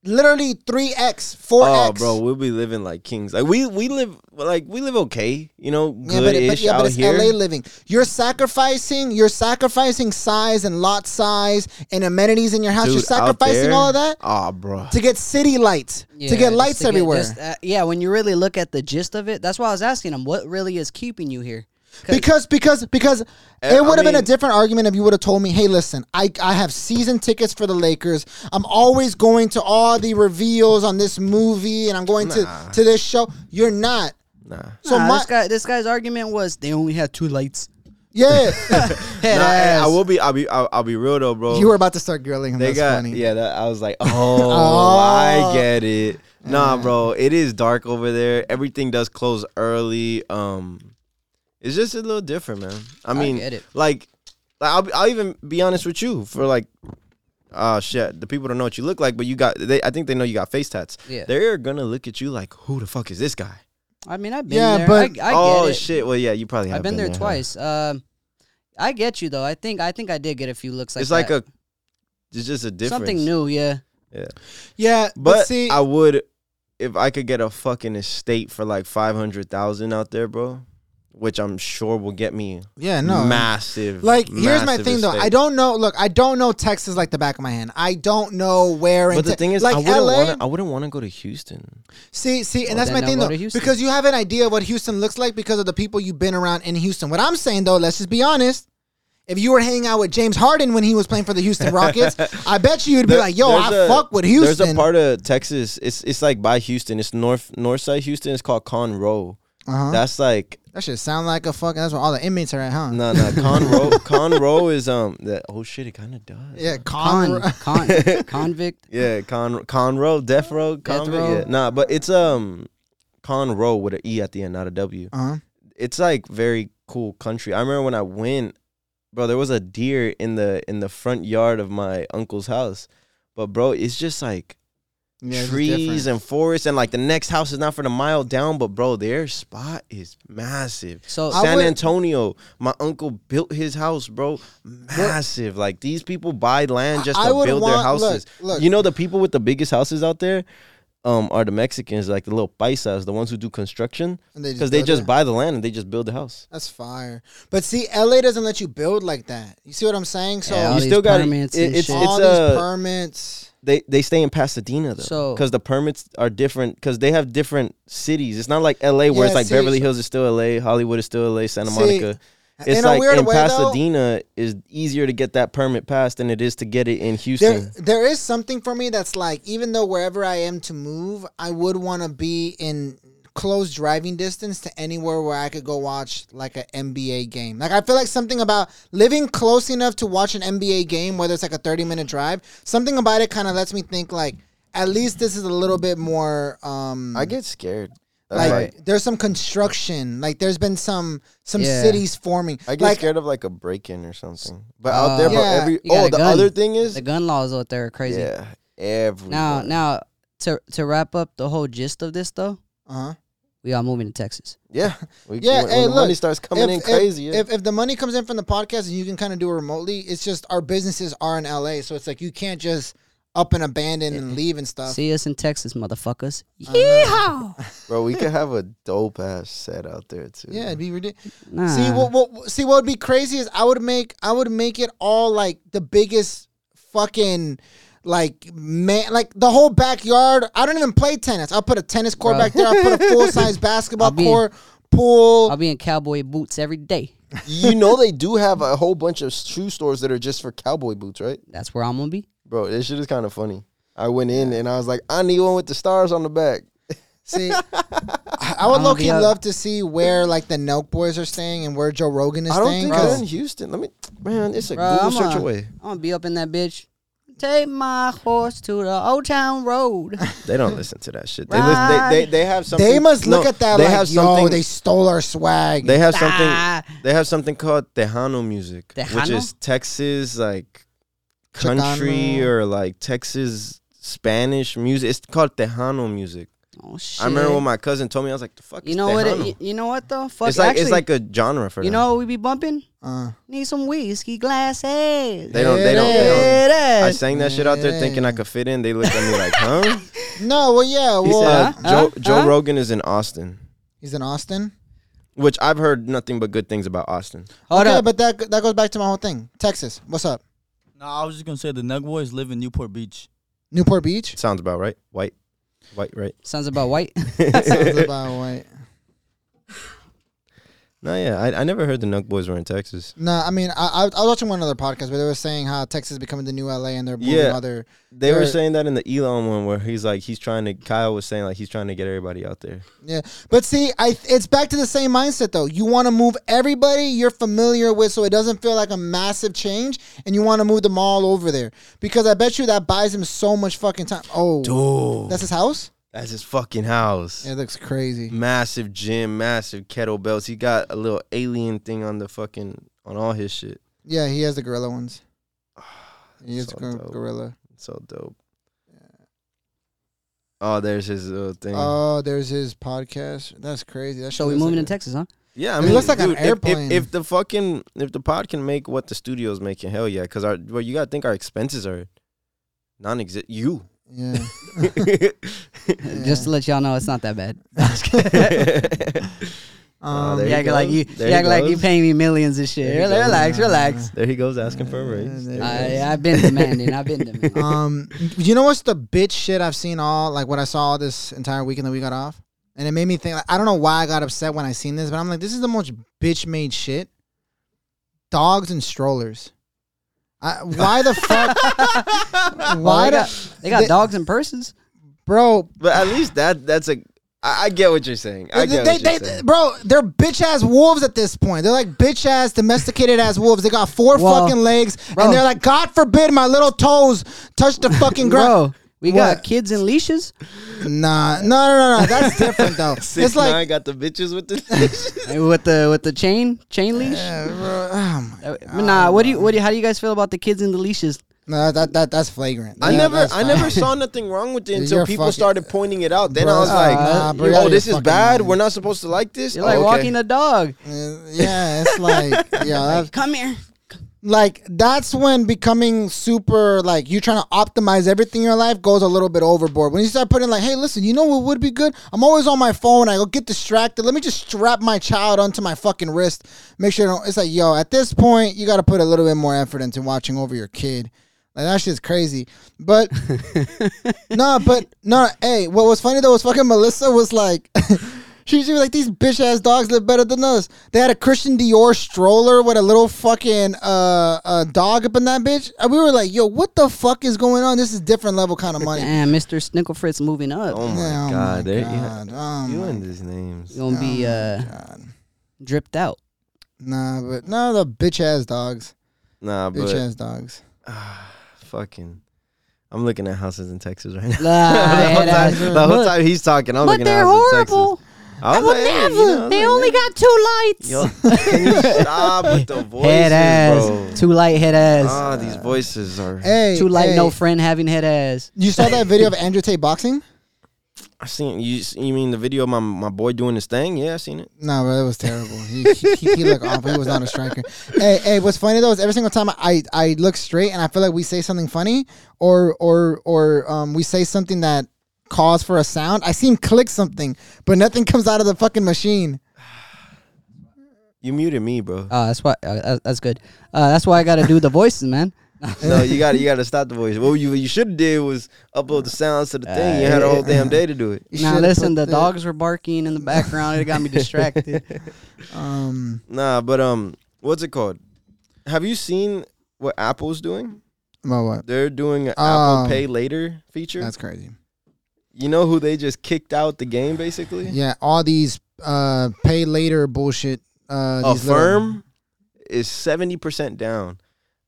literally three x, four
Oh,
x.
bro, we'll be living like kings. Like we, we live, like we live okay, you know,
yeah, but, it-
good-ish
but yeah,
out
but it's
here.
LA living. You're sacrificing, you're sacrificing size and lot size and amenities in your house. you're
Dude, out
sacrificing
there-
all of that
Ah, bro.
to get city lights,
Yeah,
to
just
get lights everywhere.
just, uh, yeah, when you really look at the gist of it, that's why I was asking him what really is keeping you here.
because because because
Eh, I
it would have been a
mean-
different argument if you would have told me, "Hey, listen, I I have season tickets for the Lakers. I'm always going to all the reveals on this movie, and I'm going to to this show." You're not.
Nah.
So
Nah,
my
this guy, this guy's argument was they only had two lights.
yeah,
Head
Nah, I, I
ass.
will be. I'll be. I'll, I'll be real though, bro.
you were about to start grilling him.
They
That's
got
funny.
yeah. That, I was like, oh,
Oh.
I get it. Nah,
Uh-huh.
bro, it is dark over there. Everything does close early. Um, it's just a little different, man. I mean,
get it.
like, like I'll, be- I'll even be honest with you for like, oh shit, the people don't know what you look like, but you got they. I think they know you got face tats.
Yeah.
they're gonna look at you like, who the fuck is this guy?
I mean, I've been
Yeah,
there.
but-
I, I
oh
get it.
shit. Well, yeah, you probably have
I've been, there,
huh?
twice. Um, I get you though. I think I think I did get a few looks like
it's like
that.
a, it's just a difference.
something new. Yeah,
yeah, but,
But
see,
I would if I could get a fucking estate for like five hundred thousand out there, bro. Which I'm sure will get me
yeah, no,
massive.
Like here's my
massive
thing though. I
estate.
don't know. Look, I don't know Texas like the back of my hand. I don't know where. in
But the
Te-
thing is,
like
I wouldn't
LA,
want. I wouldn't want to go to Houston.
See, see, and
Well,
that's my
then I'll
thing
go
though,
to Houston.
because you have an idea of what Houston looks like because of the people you've been around in Houston. What I'm saying though, let's just be honest. If you were hanging out with James Harden when he was playing for the Houston Rockets, I bet you you'd be
There-
like, "Yo,
there's
I
a-
fuck with Houston."
There's a part of Texas. It's it's like by Houston. It's north north side Houston. It's called Conroe.
uh-huh. that,
That's like
should sound like a fucking. That's where all the inmates are at, huh?
no no Conroe Conroe is um that oh shit it kind of does
Yeah, con.
con, con convict.
yeah Con Conroe death row
Death
Conroe
row.
yeah nah but it's um Conroe with an e at the end not a W
Uh-huh.
it's like very cool country. I remember when I went, bro, there was a deer in the in the front yard of my uncle's house. But bro, it's just like
Yeah, it's
trees
different.
and forests, and like the next house is not for the mile down, but bro, their spot is massive.
So-
I
San
would-
Antonio, my uncle built his house, bro, massive. Like these people buy land just
I
to
would
build their
want- look,
houses.
look.
You know the people with the biggest houses out there. Um, are the Mexicans like the little paisas, the ones who do construction?
And they just
Because they
build
just
it.
buy the land and they just build the house.
That's fire. But see, LA doesn't let you build like that. You see what I'm saying? So
Yeah, all
you
these
still got
permits and
it's
shit.
all
it's
these
uh,
permits.
they they stay in Pasadena though,
So-
because the permits are different. Because they have different cities. It's not like L.A. where
Yeah,
it's like
see,
Beverly
so-
Hills is still L.A., Hollywood is still L.A., Santa
See,
Monica. It's
in a
like
weird
in
way, though-
Pasadena is easier to get that permit passed than it is to get it in Houston.
There, there is something for me that's like, even though wherever I am to move, I would want to be in close driving distance to anywhere where I could go watch like an NBA game. Like I feel like something about living close enough to watch an NBA game, whether it's like a 30 minute drive, something about it kind of lets me think like, at least this is a little bit more. Um,
I get scared.
like
Like,
there's some construction like there's been some some
Yeah.
cities forming
I get
like
scared of like a break in or something. But
Uh,
out there, bro,
Yeah.
every
You got
oh
a
the
gun.
other thing is
The gun laws out there are crazy.
yeah every
Now, now to to wrap up the whole gist of this though,
uh-huh.
we all moving to Texas.
yeah we,
Yeah,
when,
hey,
when the money
look,
starts coming in crazy.
if,
yeah.
if, if the money comes in from the podcast and you can kind of do it remotely it's just our businesses are in la so it's like you can't just up and abandon and leave and stuff
See us in Texas, motherfuckers.
Bro, we could have a dope ass set out there too.
yeah it'd be ridiculous
Nah.
see what, what see what would be crazy is i would make i would make it all like the biggest fucking like man like the whole backyard i don't even play tennis i'll put a tennis court
Bro.
back there i'll put a full-size basketball
I'll be-
court pool
I'll be in cowboy boots every day.
you know they do have a whole bunch of shoe stores that are just for cowboy boots, right?
That's where I'm gonna be.
Bro, this shit is kind of funny. I went in and I was like, I need one with the stars on the back.
See, I I would
I'll
low key
be up.
love to see where like the Nelk boys are staying and where Joe Rogan is
I don't
staying.
think
Because
they're in Houston. Let me, man, it's a
Bro,
Google
I'm
search
a-
away.
I'm gonna be up in that bitch. Take my horse to the old town road.
They don't listen to that shit.
They lis- they- they-
have something.
they must look at that
They
like,
have
yo,
something.
they stole our swag.
they have
Ah.
something. They have something called Tejano music, which
Tejano?
is Texas like country
Chicano.
or like Texas Spanish music. It's called Tejano music.
Oh shit!
I remember when my cousin told me, I was like, "The fuck."
you
is
know what?
Tejano?
It, you know what though? Fuck.
it's like
actually,
it's like a genre for
you
them.
know what we be bumping.
uh,
Need some whiskey glasses.
They don't. They don't. They don't.
Yeah, that.
I sang that shit out there thinking I could fit in. They looked at me like, "Huh?"
no, well, yeah,
He
well,
said,
Huh?
"Joe,
Huh?
Joe
Huh?"
Rogan is in Austin,
he's in Austin.
which I've heard nothing but good things about Austin."
Hold
okay,
up.
but that that goes back to my whole thing. Texas, what's up?
No, I was just gonna say the Nug Boys live in Newport Beach.
Newport Beach.
Sounds about right. White, white, right?
Sounds about white.
Sounds about right.
No, yeah, I, I never heard the Nug Boys were in Texas.
No, I mean, I, I, I was watching one other podcast where they were saying how Texas is becoming the new LA and they're moving
Yeah.
other.
They were
They're-
saying that in the Elon one where he's like he's trying to. Kyle was saying like he's trying to get everybody out there.
Yeah, but see, I it's back to the same mindset though. You want to move everybody you're familiar with, so it doesn't feel like a massive change, and you want to move them all over there because I bet you that buys him so much fucking time. Oh,
Dude,
that's his house.
that's his fucking house.
Yeah, it looks crazy.
Massive gym, massive kettlebells. He got a little alien thing on the fucking on all his shit.
Yeah, he has the gorilla ones. He has
So
the gor-
dope.
gorilla.
So dope. Oh, there's his little thing.
Oh, there's his podcast. That's crazy. That
so
shit
we
looks
moving
like
to Texas, huh?
yeah, I
it
mean,
looks like an
dude, if-
airplane.
If, if, the fucking if the pod can make what the studio's making, hell yeah, because our well, you gotta think our expenses are non-exist. You.
a- Yeah.
Just to let y'all know, it's not that bad.
Oh,
Um,
there you
You act like
go.
you,
There he
you act like you
goes.
paying me millions and shit.
There he
Relax, relax,
goes.
relax.
there he goes asking for a raise. There he
I,
goes.
I've been demanding. I've been demanding.
um, you know what's the bitch shit I've seen all like what I saw all this entire weekend that we got off, and it made me think. Like, I don't know why I got upset when I seen this, but I'm like, this is the most bitch made shit. Dogs and strollers. I, why the fuck?
Well,
why
they
the
got, they got
they-
dogs and persons.
bro?
But at least that that's a. I, I get what you're saying. I
They,
get
they,
what you're
they-
saying.
bro, they're bitch ass wolves at this point. They're like bitch ass domesticated ass wolves. They got four
Well,
fucking legs,
bro.
and they're like, God forbid my little toes touch the fucking ground.
Bro, we
What?
got kids in leashes.
Nah, no, no, no, no. That's different though.
Six
it's like,
nine got the bitches with the.
Uh, with the with the chain chain leash.
Yeah, bro, oh my-
Uh, nah, what do you what do you, how do you guys feel about the kids in the leashes?
No, that, that that's flagrant.
I
That-
never,
that's
I
fine.
never saw nothing wrong with it until
You're
people
fucking-
started pointing it out. Then I
Bruh,
was like,
nah, bro,
"Oh,
you're
this is
fucking
bad.
lying.
We're not supposed to like this."
You're like
Oh, okay.
walking a dog.
Uh, yeah, it's like yeah, that-
Come here.
like that's when becoming super like you trying to optimize everything in your life goes a little bit overboard. When you start putting like, hey, listen, you know what would be good? I'm always on my phone. I go get distracted. Let me just strap my child onto my fucking wrist. Make sure they don't. It's like yo, at this point, you got to put a little bit more effort into watching over your kid. Like that shit's crazy. But no, but no. Hey, what was funny though was fucking Melissa was like, she, she was like, these bitch ass dogs live better than us. They had a Christian Dior stroller with a little fucking uh, uh dog up in that bitch, and we were like, yo, what the fuck is going on? This is different level kind of money.
And Mr. Snickle Fritz moving up.
Oh my
Yeah, oh
god,
my
there
God. Oh
you, you
my
and these names.
You're gonna be uh,
God.
dripped out.
Nah, but no, the bitch ass dogs,
Nah,
bitch
but
ass dogs.
fucking, I'm looking at houses in Texas right now. the, whole
Ah,
time, the whole time he's talking, I'm
but
looking at
they're
houses in Texas.
horrible.
I
I
was
will
like, hey,
never.
you know, I was
they
like,
only
hey.
got two lights.
Yo, can you stop with the voices,
head ass. Eh.
bro?
Two light head ass.
Ah, these voices are.
Hey,
Two light
hey,
no friend having head ass.
you saw that video of Andrew Tate boxing?
I seen you. s- You mean the video of my my boy doing his thing? Yeah, I seen it.
No, bro, that was terrible. He, he, he he looked off. He was not a striker. hey, hey, what's funny though is every single time I, I look straight and I feel like we say something funny or or or um we say something that calls for a sound, I see him click something, but nothing comes out of the fucking machine.
You muted me, bro.
Oh, that's why. Uh, that- that's good. Uh, that's why I gotta do the voices, man.
no, you got to you got to stop the voice. What you you should have did was upload the sounds to the thing. You had a whole damn day to do it.
You
Now
should've
listen,
put
the dogs were barking in the background. It got me distracted.
Um,
Nah, but um, what's it called? Have you seen what Apple's doing?
about what?
They're doing an
Um,
Apple Pay Later feature.
That's crazy.
you know who they just kicked out the game, basically.
Yeah, all these uh pay later bullshit. Uh,
a
these little-
firm is seventy percent down.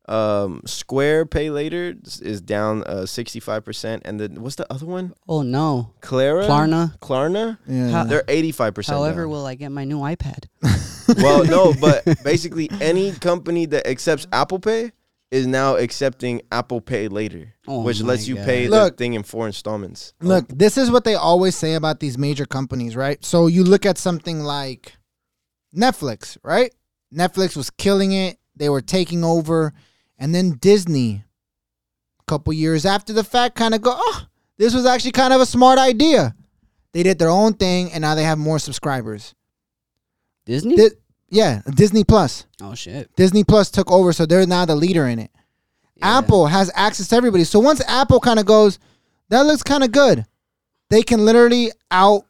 Um, Square Pay Later is- is down sixty five percent, and then what's the other one?
oh no,
Clara,
Klarna.
Klarna.
yeah.
They're eighty five percent.
However, will I get my new iPad?
well, no, but basically any company that accepts Apple Pay is now accepting Apple Pay Later,
Oh
which
my
lets you
God.
pay the
Look.
thing in four installments. Oh.
Look, this is what they always say about these major companies, right? So you look at something like Netflix, right? Netflix was killing it, they were taking over, and then Disney a couple years after the fact kind of go, "Oh, this was actually kind of a smart idea." They did their own thing and now they have more subscribers.
Disney.
Di- yeah, Disney Plus.
oh shit.
Disney Plus took over, so they're now the leader in it. Apple has access to everybody. So once Apple kind of goes, that looks kind of good. They can literally out,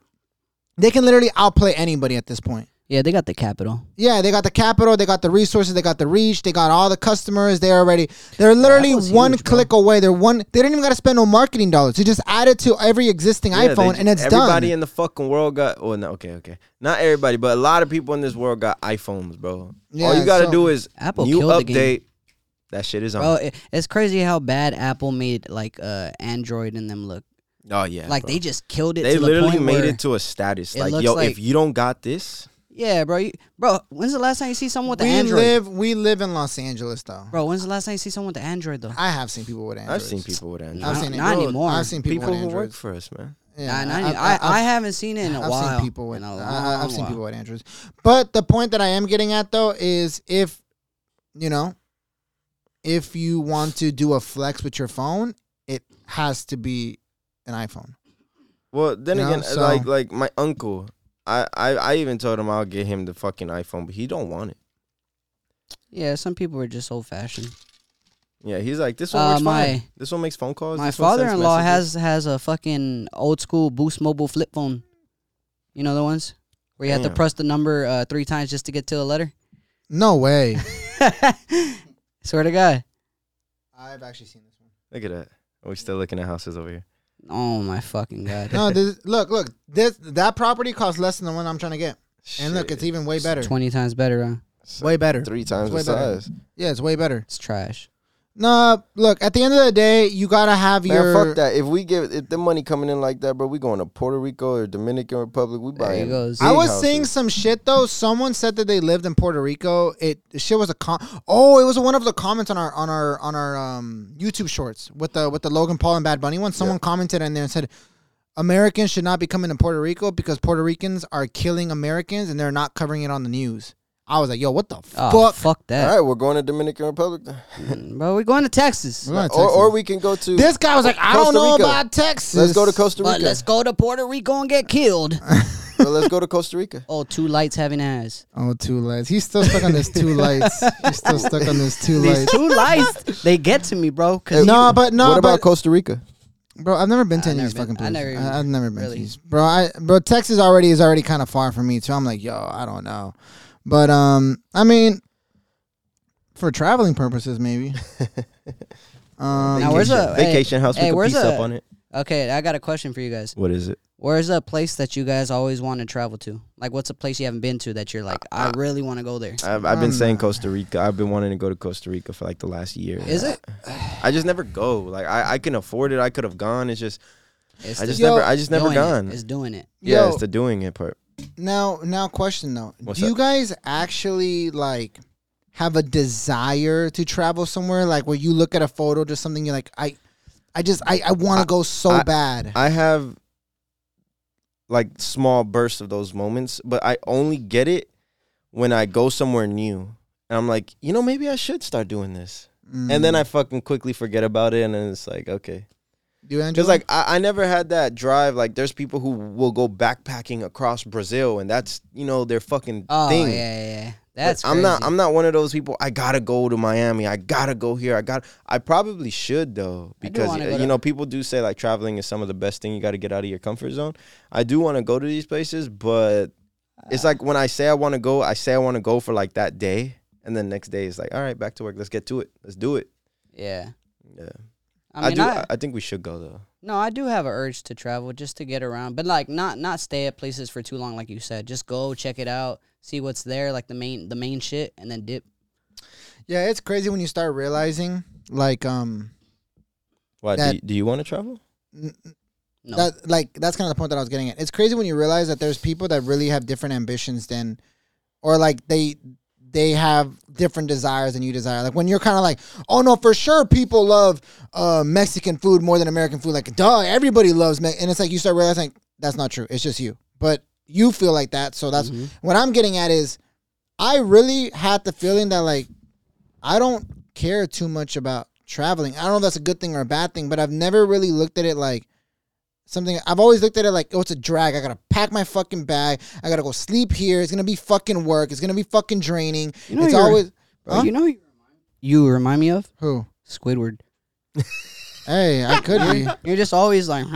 they can literally outplay anybody at this point.
Yeah, they got the capital.
Yeah, they got the capital, they got the resources, they got the reach, they got all the customers. They already, they're literally
Apple's
one
huge, bro.
click away. They're one. They don't even got to spend no marketing dollars. You just add it to every existing
Yeah, they
iPhone,
ju-
and it's
everybody
done.
in the fucking world got. Well, no, okay, okay, not everybody, but a lot of people in this world got iPhones, bro. All
Yeah,
you gotta
so-
do is
Apple
new
killed the game.
update. That shit is on.
Bro, it, it's crazy how bad Apple made like uh Android and them look.
oh yeah,
like
bro.
they just killed it.
They
to the
literally
point
made
where-
it to a status.
it
Like
looks
yo,
like-
if you don't got this,
Yeah, bro. You, bro, when's the last time you see someone with an
we
Android?
live, we live in Los Angeles, though.
Bro, when's the last time you see someone with an Android though?
I have seen people with Androids.
I've seen people with Android.
I've seen
not
it.
anymore.
I've seen people,
people
with
who work
Androids.
for us, man.
Yeah,
Nah, nah,
I've-
I, I,
I've-
haven't seen it in a
I've
while.
seen people with
in a
I-
long
I, I've seen
while.
people with Androids. But the point that I am getting at though is if you know if you want to do a flex with your phone, it has to be an iPhone.
Well, then
You know,
again,
so-
like like my uncle, I, I I even told him I'll get him the fucking iPhone, but he don't want it.
Yeah, some people are just old fashioned.
Yeah, he's like this one
Uh,
works
my-
fine. This one makes phone calls.
My
this one sends
father in law
messages."
has has a fucking old school Boost Mobile flip phone. You know the ones where you have
Damn.
to press the number uh, three times just to get to a letter.
No way.
Swear to God.
I've actually seen this one.
Look at that. Are we still looking at houses over here?
Oh my fucking god.
No, this, look, look. This that property costs less than the one I'm trying to get. And look, it's
Shit.
even way better.
Twenty times better. Huh?
Way better.
three times
way
the
better.
size.
Yeah, it's way better.
It's trash.
No, look. At the end of the day, you gotta have
Man,
your.
fuck that. If we give if the money coming in like that, bro, we going to Puerto Rico or Dominican Republic. We
There
buying.
you go.
I
big
was
houses.
seeing some shit though. Someone said that they lived in Puerto Rico. It the shit was a com. Oh, it was one of the comments on our on our on our um, YouTube shorts with the with the Logan Paul and Bad Bunny one. Someone commented in there and said, "Americans should not be coming to Puerto Rico because Puerto Ricans are killing Americans and they're not covering it on the news." I was like, "Yo, what the
Oh,
fuck?"
fuck
All
that,
right, we're going to Dominican Republic, then.
bro. We're going to Texas.
We're going to
or or
Texas.
we can go to.
this guy was like, "I don't
Costa
know
Rica.
about Texas."
let's go to Costa Rica.
But let's go to Puerto Rico and get killed.
Bro, let's go to Costa Rica.
oh, two lights having eyes.
Oh, two lights. He's still stuck on his two lights. He's still stuck on his two
These
lights.
two lights, they get to me, bro. Cause
No, but no,
what
but
about Costa Rica?
Bro, I've never been to
I've
any of
never
these fucking
been-
places. I
I've never even-
have never been
really.
to these. Bro, I, bro, Texas already is already kind of far for me too. I'm like, yo, I don't know, but um, I mean, for traveling purposes, maybe. um,
Now, where's a- hey,
vacation house?
hey,
we
where's
can piece
a-
up on it.
okay, I got a question for you guys.
What is it?
Where's a place that you guys always want to travel to? Like, what's a place you haven't been to that you're like, I really want to go there?
I've, I've been
Um,
saying Costa Rica. I've been wanting to go to Costa Rica for like the last year.
Is it?
I just never go. Like I, I can afford it. I could have gone. It's just
It's
I
the
just
Yo,
never I just never
doing it.
gone.
It's doing it.
yeah,
Yo.
it's the doing it part.
now, now, question though,
What's
do you
up?
guys actually like have a desire to travel somewhere? Like, where you look at a photo, just something you're like, I, I just, I, I want to go so
I-
bad.
I have like small bursts of those moments, but I only get it when I go somewhere new. And I'm like, you know, maybe I should start doing this. And
Mm.
then I fucking quickly forget about it and then it's like, okay.
do you, Angela?
Just like I, I never had that drive. Like there's people who will go backpacking across Brazil and that's you know their fucking
Oh
thing.
yeah, yeah, yeah.
But
That's
I'm not
crazy.
I'm not one of those people. I gotta go to Miami. I gotta go here. I got. I probably should though
I do
because
wanna go
uh,
to-
you know people do say like traveling is some of the best thing. You got to get out of your comfort zone. I do want to go to these places, but it's
Uh,
like when I say I want to go, I say I want to go for like that day, and then next day it's like, all right, back to work. Let's get to it. Let's do it.
Yeah.
Yeah, I,
I mean,
do.
I,
I, I think we should go though.
no, I do have an urge to travel just to get around, but like not not stay at places for too long, like you said. Just go check it out, see what's there, like the main the main shit, and then dip.
yeah, it's crazy when you start realizing, like, um.
Why
That-
do you, do you want to travel?
No,
That like that's kind of the point that I was getting at. It's crazy when you realize that there's people that really have different ambitions than, or like they they have different desires than you desire. Like when you're kind of like, oh no, for sure people love uh, Mexican food more than American food. Like duh, everybody loves me, and it's like you start realizing that's not true. It's just you, but you feel like that. So that's
Mhm.
what I'm getting at is, I really had the feeling that like I don't care too much about traveling. I don't know if that's a good thing or a bad thing, but I've never really looked at it like something. I've always looked at it like, oh, it's a drag. I gotta pack my fucking bag. I gotta go sleep here. It's gonna be fucking work. It's gonna be fucking draining.
You know
it's
you're-
always
Bro,
Huh?
Oh, you know who you remind- you remind me of
who.
Squidward.
Hey, I could be.
You're just always like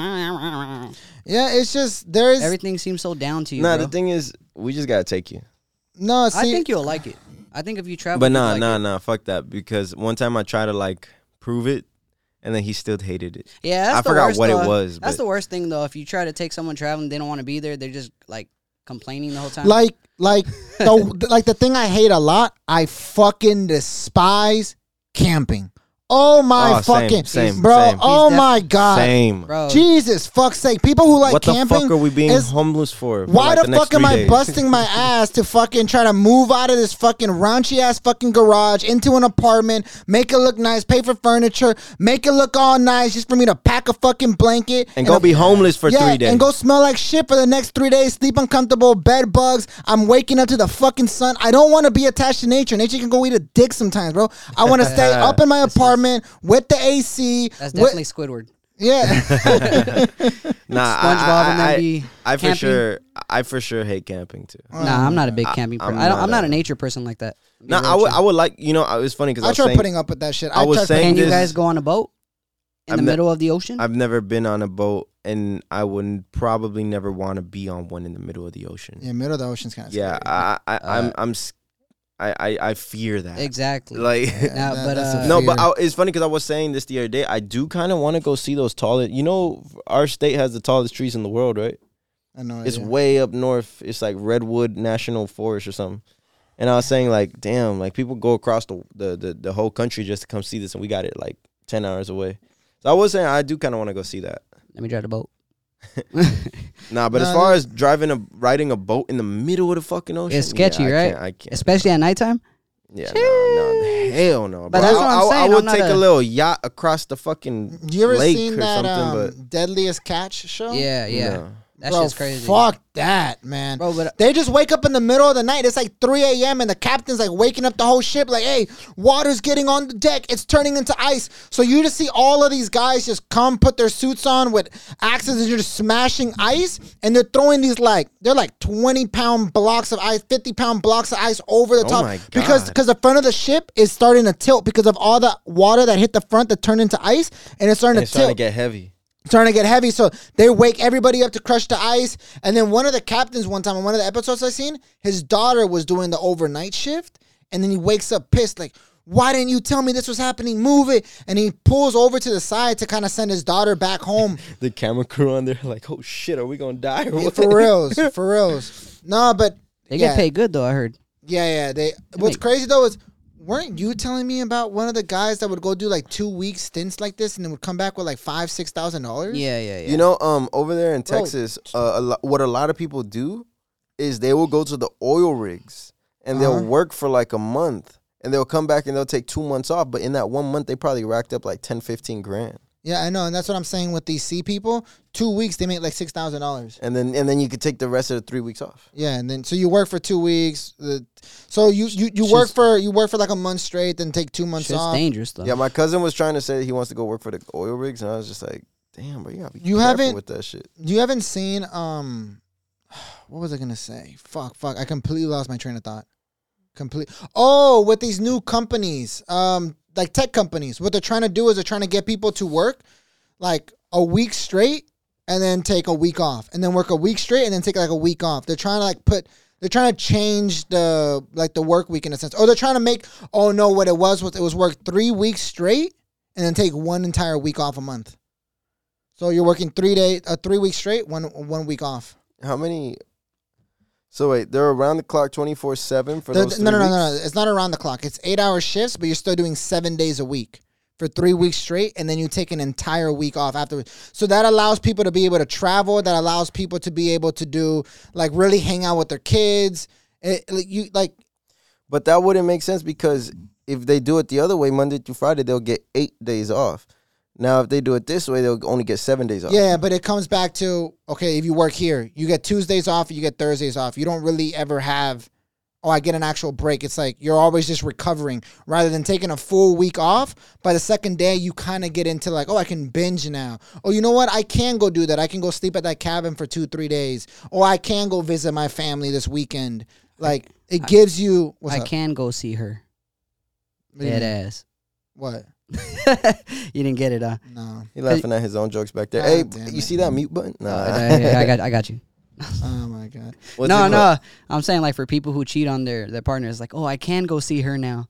Yeah, it's just there is
everything seems so down to you.
Nah,
bro.
the thing is, we just gotta take you.
no. See,
I think you'll like it. I think if you travel,
But
you'll
nah,
like
nah,
it.
nah. Fuck that. Because one time I tried to like prove it, and then he still hated it.
yeah, that's
I
the
forgot
worst,
what it
though.
was,
That's
but-
the worst thing though. If you try to take someone traveling, they don't want to be there. They're just like complaining the whole time.
like like the like the thing I hate a lot. I fucking despise camping. Oh my
Oh, same,
fucking
same,
bro!
same.
Oh
He's def-
my god!
Same.
bro,
Jesus fuck's sake! People who like
what
camping.
the fuck are we being
is-
homeless for? for,
why
like,
the,
next
fuck am
three
I
days?
busting my ass to fucking try to move out of this fucking raunchy ass fucking garage into an apartment, make it look nice, pay for furniture, make it look all nice, just for me to pack a fucking blanket
and go
a-
be homeless for
yeah,
three days?
and go smell like shit for the next three days. Sleep uncomfortable, bed bugs. I'm waking up to the fucking sun. I don't want to be attached to nature. Nature can go eat a dick sometimes, bro. I want to stay up in my apartment with the AC.
that's
with-
definitely Squidward.
yeah.
nah,
SpongeBob
I,
and
I,
them
I-
be
I for
camping.
sure, I for sure hate camping too.
Nah, I'm not a big camping
I'm
person. I don't,
not
I'm not
a-
a nature person like that. Be
Nah,
real
I would,
with you.
I would like, you know, I- it's funny because I,
I
was
try
saying,
putting up with that shit.
I was
tried
saying
Can you
this-
guys go on a boat in
I'm
the
not-
middle of the ocean?
I've never been on a boat, and I would probably never want to be on one in the middle of the ocean.
Yeah, middle of the ocean's kind of
yeah, I, I, I'm, I'm, s- I, I, I fear that.
Uh, exactly.
Like,
Nah, but,
that's a
uh,
No, but
fear.
I, it's funny because I was saying this the other day. I do kind of want to go see those tallest. You know, our state has the tallest trees in the world, right?
I know.
It's
Oh, yeah.
way up north. It's like Redwood National Forest or something. And I was saying like, damn, like people go across the the the, the whole country just to come see this, and we got it like ten hours away. So I was saying I do kind of want to go see that.
Let me drive the boat.
Nah, but as
Nah,
far
that-
as driving a riding a boat in the middle of the fucking ocean,
It's sketchy,
yeah, I
right?
Can't, I can't.
Especially at nighttime.
Yeah, no, no, hell no. bro.
But
I,
that's what I'm
I- I
saying,
would
I'm not
take a,
a-
little yacht across the fucking
You ever
lake
seen
or
that um,
something,
deadliest catch show?
Yeah,
but
yeah.
no.
That
Bro,
shit's crazy.
Fuck that, man.
Bro, but- uh,
they just wake up in the middle of the night. It's like 3 a.m. and the captain's like waking up the whole ship. Like, hey, water's getting on the deck. It's turning into ice. So you just see all of these guys just come, put their suits on with axes, and you're just smashing ice. And they're throwing these like they're like 20 pound blocks of ice, 50 pound blocks of ice over the
Oh
top
my
because
God.
because the front of the ship is starting to tilt because of all the water that hit the front that turned into ice, and it's starting
It's
to tilt
trying to get heavy.
starting to get heavy. So they wake everybody up to crush the ice. And then one of the captains, one time in one of the episodes I seen, his daughter was doing the overnight shift, and then he wakes up pissed, like, "Why didn't you tell me this was happening? Move it!" And he pulls over to the side to kind of send his daughter back home.
The camera crew on there, like, oh shit, are we gonna die or what?
for reals, for reals. No, but
They
yeah,
get paid good though. I heard.
Yeah, yeah. They. What's
make-
crazy though is. Weren't you telling me about one of the guys that would go do like two week stints like this and then would come back with like five, six thousand dollars?
Yeah, yeah, yeah.
You know, um, over there in
Bro.
Texas, uh, a lo- what a lot of people do is they will go to the oil rigs and they'll
Uh-huh.
work for like a month and they'll come back and they'll take two months off. But in that one month, they probably racked up like 10, 15 grand.
Yeah, I know, and that's what I'm saying with these C people. Two weeks they make like six thousand dollars.
And then and then you could take the rest of the three weeks off.
Yeah, and then so you work for two weeks. Uh, so you you, you work
Just-
for you work for like a month straight, then take two months
shit's
off.
dangerous though.
Yeah, my cousin was trying to say he wants to go work for the oil rigs, and I was just like, damn, bro, you gotta be
You
careful
haven't-
with that shit.
You haven't seen um, what was I gonna say? Fuck, fuck! I completely lost my train of thought. Complete. Oh, with these new companies, um, like tech companies, what they're trying to do is they're trying to get people to work like a week straight and then take a week off and then work a week straight and then take like a week off. They're trying to like put they're trying to change the like the work week in a sense. Or they're trying to make oh no, what it was was it was work three weeks straight and then take one entire week off a month. So you're working three day uh, three weeks straight, one one week off.
How many? So wait, they're around the clock, twenty four seven for
They're-
those.
no, no,
three
no, no, no.
weeks?
It's not around the clock. It's eight hour shifts, but you're still doing seven days a week for three weeks straight, and then you take an entire week off afterwards. So that allows people to be able to travel. That allows people to be able to do like really hang out with their kids. It, like, you like
But that wouldn't make sense because if they do it the other way, Monday through Friday, they'll get eight days off. Now, if they do it this way, they'll only get seven days off.
yeah, but it comes back to okay, if you work here, you get Tuesdays off, you get Thursdays off. You don't really ever have oh, I get an actual break. It's like you're always just recovering rather than taking a full week off. By the second day, you kind of get into like, oh, I can binge now. Oh, you know what? I can go do that. I can go sleep at that cabin for two, three days. Or I can go visit my family this weekend. Like it gives you what's
I
up?
can go see her.
What do you
Dead
mean?
ass.
What?
you didn't get it, huh?
No.
He laughing at his own jokes back there.
Ah,
hey,
damn
you
it.
see that mute button?
Oh,
Nah.
uh, I, I got, I got you.
Oh my god.
What's
no,
it
no.
called?
I'm saying like for people who cheat on their their partners, like, oh, I can go see her now.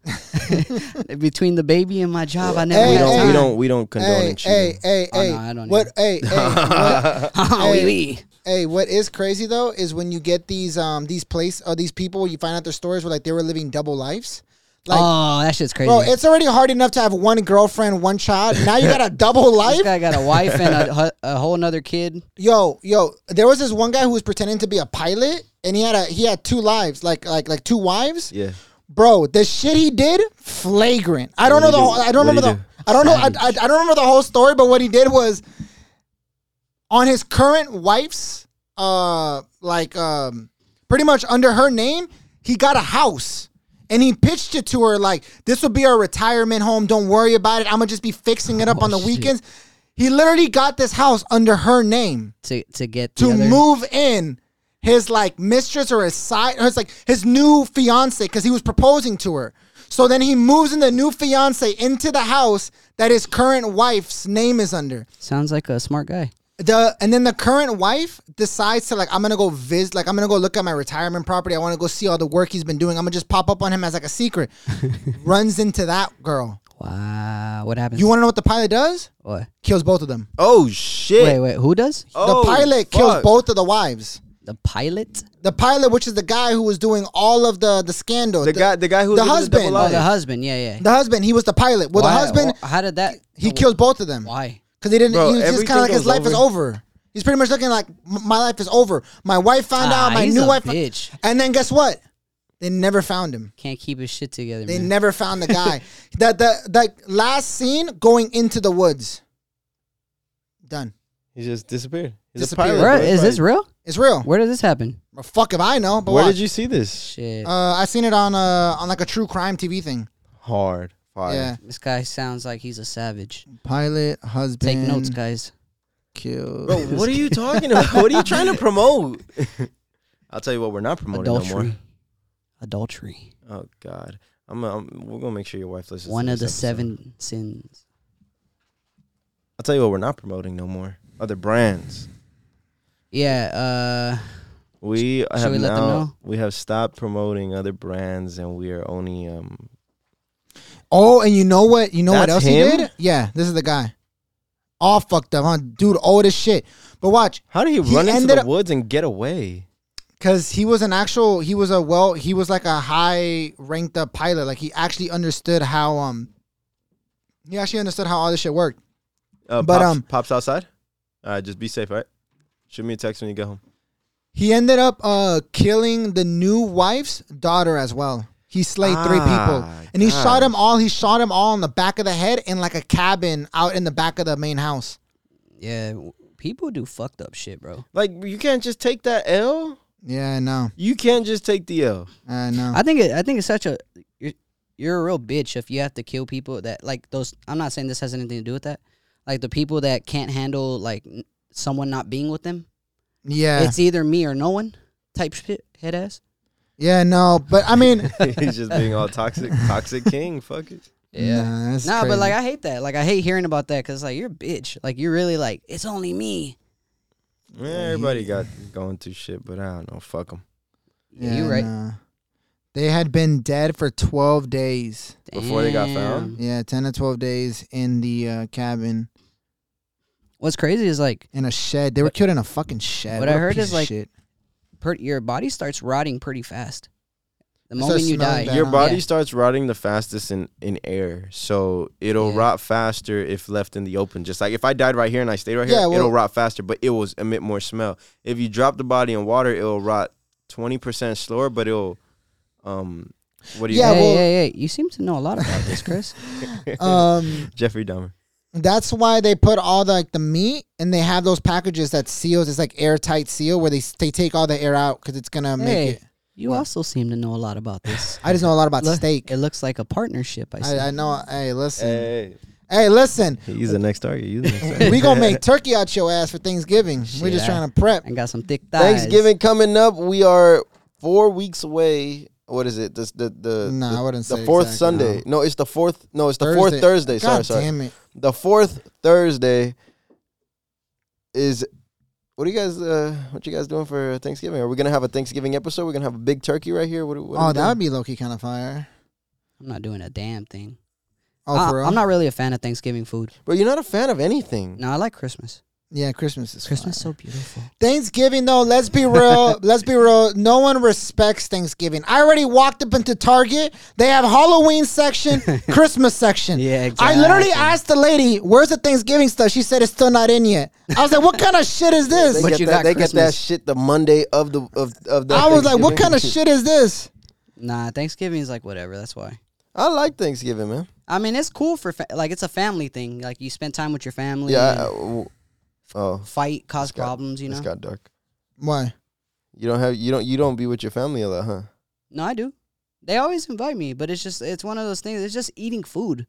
Between the baby and my job, I never
Hey,
We
had
don't,
hey.
we
time.
don't, we don't condone
Hey,
and cheating.
hey, hey,
Oh,
hey.
no, I don't
What? Hey, hey. what?
Wee wee.
Hey, what is crazy though is when you get these um these place or these people you find out their stories where like they were living double lives. Like,
oh, that shit's crazy.
bro, it's already hard enough to have one girlfriend, one child. Now you got a double
this
life.
guy got a wife and a, hu- a whole nother kid.
Yo, yo, there was this one guy who was pretending to be a pilot, and he had a he had two lives, like like like two wives.
Yeah.
Bro, the shit he did, flagrant. I don't
What'd
know the
he
whole,
do?
I don't
What'd
remember
he
the I don't know I, I, I don't remember the whole story, but what he did was on his current wife's uh like um pretty much under her name, he got a house. And he pitched it to her like this will be our retirement home. Don't worry about it. I'm gonna just be fixing it up
Oh,
on the
shit.
weekends. He literally got this house under her name
to to get the
to
other-
move in his like mistress or his side or his like his new fiance because he was proposing to her. So then he moves in the new fiance into the house that his current wife's name is under.
Sounds like a smart guy.
The and then the current wife decides to like I'm gonna go visit like I'm gonna go look at my retirement property. I want to go see all the work he's been doing. I'm gonna just pop up on him as like a secret. Runs into that girl.
Wow, what happens?
You want to know what the pilot does?
what?
Kills both of them.
Oh shit.
Wait, wait, who does?
the
Oh,
pilot kills
fuck.
both of the wives.
The pilot?
The pilot, which is the guy who was doing all of the the scandal,
The guy- the guy who was
the
living the
husband,
double
Oh,
life.
the,
the husband. Yeah, yeah.
husband, he was the pilot. Well,
Why-
the husband,
wh- How did that?
he killed both of them
Why?
because they didn't.
Bro,
he was just
everything
kind of like his
goes
life is
over.
over. He's pretty much looking like "M- my life is over. My wife found
Ah,
out. My
he's
new
a
wife,
bitch.
and then guess what? They never found him.
Can't keep his shit together,
They
man.
never found the guy. that the that last scene going into the woods. Done.
He just disappeared. He's
Disappeared.
a pilot.
Where,
bro.
is this
Like,
real?
It's real.
Where did this happen?
Well, fuck if I know. But
Where
watch.
did you see this?
Shit.
Uh, I seen it on uh on like a true crime TV thing.
Hard. Fire.
Yeah.
this guy sounds like he's a savage.
Pilot husband.
Take notes, guys.
Killed.
Bro, what are you talking about? what are you trying to promote? I'll tell you what, we're not promoting no
Adultery.
more.
Adultery.
Oh God, I'm, I'm. We're gonna make sure your wife listens.
One
to
of the
this episode.
seven sins.
I'll tell you what, we're not promoting no more. Other brands.
Yeah. Uh,
We have
we
now.
let them know?
We have stopped promoting other brands, and we are only um.
Oh, and you know what? You know what
That's
else he
him?
did? Yeah, this is the guy. All fucked up, huh? Dude, old as shit. But watch,
How do you
He
run into
ended
the
up-
woods and get away?
because he was an actual. He was a well. He was like a high ranked up pilot. Like he actually understood how um. He actually understood how all this shit worked.
Uh,
But,
pops,
um,
pops outside. All right, just be safe, all right? Shoot me a text when you get home.
He ended up uh killing the new wife's daughter as well. He slayed three
Ah,
people, and he
God.
shot him all. He shot him all in the back of the head in like a cabin out in the back of the main house.
yeah. w- People do fucked up shit, bro.
Like you can't just take that L.
Yeah, I know,
You can't just take the L.
I know.
I think it, I think it's such a you're, you're a real bitch if you have to kill people that like those. I'm not saying this has anything to do with that. Like the people that can't handle like n- someone not being with them.
yeah,
It's either me or no one type shit. Head ass.
yeah, no. But I mean,
He's just being all toxic, toxic king. Fuck it.
Nah, that's
Nah, but
crazy.
like I hate that. Like I hate hearing about that because like you're a bitch. Like you're really like it's only me.
Yeah, everybody got going through shit, but I don't know. Fuck them.
Yeah, you right.
nah. They had been dead for 12 days.
Before they got
Damn.
found?
Yeah, 10 to 12 days in the uh, cabin
What's crazy is like
in a shed. They were killed in a fucking shed.
what
a
I heard
piece
is,
of
like,
shit.
per- your body starts rotting pretty fast. The
It
moment
starts
you die,
smelling bad.
Your
Yeah.
body
Yeah.
starts rotting the fastest in, in air, so it'll
Yeah.
rot faster if left in the open. Just like if I died right here and I stayed right here,
Yeah, well-
it'll rot faster, but it will emit more smell. If you drop the body in water, it'll rot twenty percent slower, but it'll um, what do you?
Yeah,
hey,
well-
hey, hey, you seem to know a lot about this, Chris.
Um,
Jeffrey Dahmer.
that's why they put all the, like the meat and they have those packages that seals. It's like airtight seal where they s- they take all the air out because it's gonna
hey,
make it.
you also seem to know a lot about this.
I just know a lot about
Look,
steak.
It looks like a partnership. I see.
I, I know. Hey, listen. Hey,
Hey,
listen.
he's the next target. You the next target.
we gonna make turkey out your ass for Thanksgiving. We're just
Shit, I-
trying to prep.
I got some thick thighs.
Thanksgiving coming up. We are four weeks away. What is it? This, the the
Nah,
the,
I wouldn't
the
say
fourth
exact,
Sunday. No. it's the fourth. No, it's the fourth Thursday. Sorry,
God
sorry.
Damn it.
The fourth Thursday is. What are you guys? Uh, what you guys doing for Thanksgiving? Are we gonna have a Thanksgiving episode? We're gonna have a big turkey right here. What? what
oh, that would be low key kind of fire.
I'm not doing a damn thing.
Oh,
I,
for real?
Uh, I'm not really a fan of Thanksgiving food.
But you're not a fan of anything.
No, I like Christmas.
Yeah, Christmas is
Christmas is
fire.
so beautiful.
Thanksgiving though, let's be real. let's be real. No one respects Thanksgiving. I already walked up into Target. They have Halloween section, Christmas section.
Yeah,
I literally
exactly.
asked the lady, "Where's the Thanksgiving stuff?" She said it's still not in yet. I was like, "What kind of shit is
They
this?"
But
get
you
that,
got
they get that
Christmas.
shit the Monday of the of of the.
I was like, "What
Thanksgiving.
kind of shit is this?"
Nah, Thanksgiving is like whatever. That's why.
I like Thanksgiving, man.
I mean, it's cool for fa- like it's a family thing. Like you spend time with your family.
Yeah. I-
and
I- w- oh,
fight, cause
got-
problems. You
it's
know.
got dark.
Why?
You don't have you don't you don't be with your family a lot, huh?
No, I do. They always invite me, but it's just it's one of those things. It's just eating food.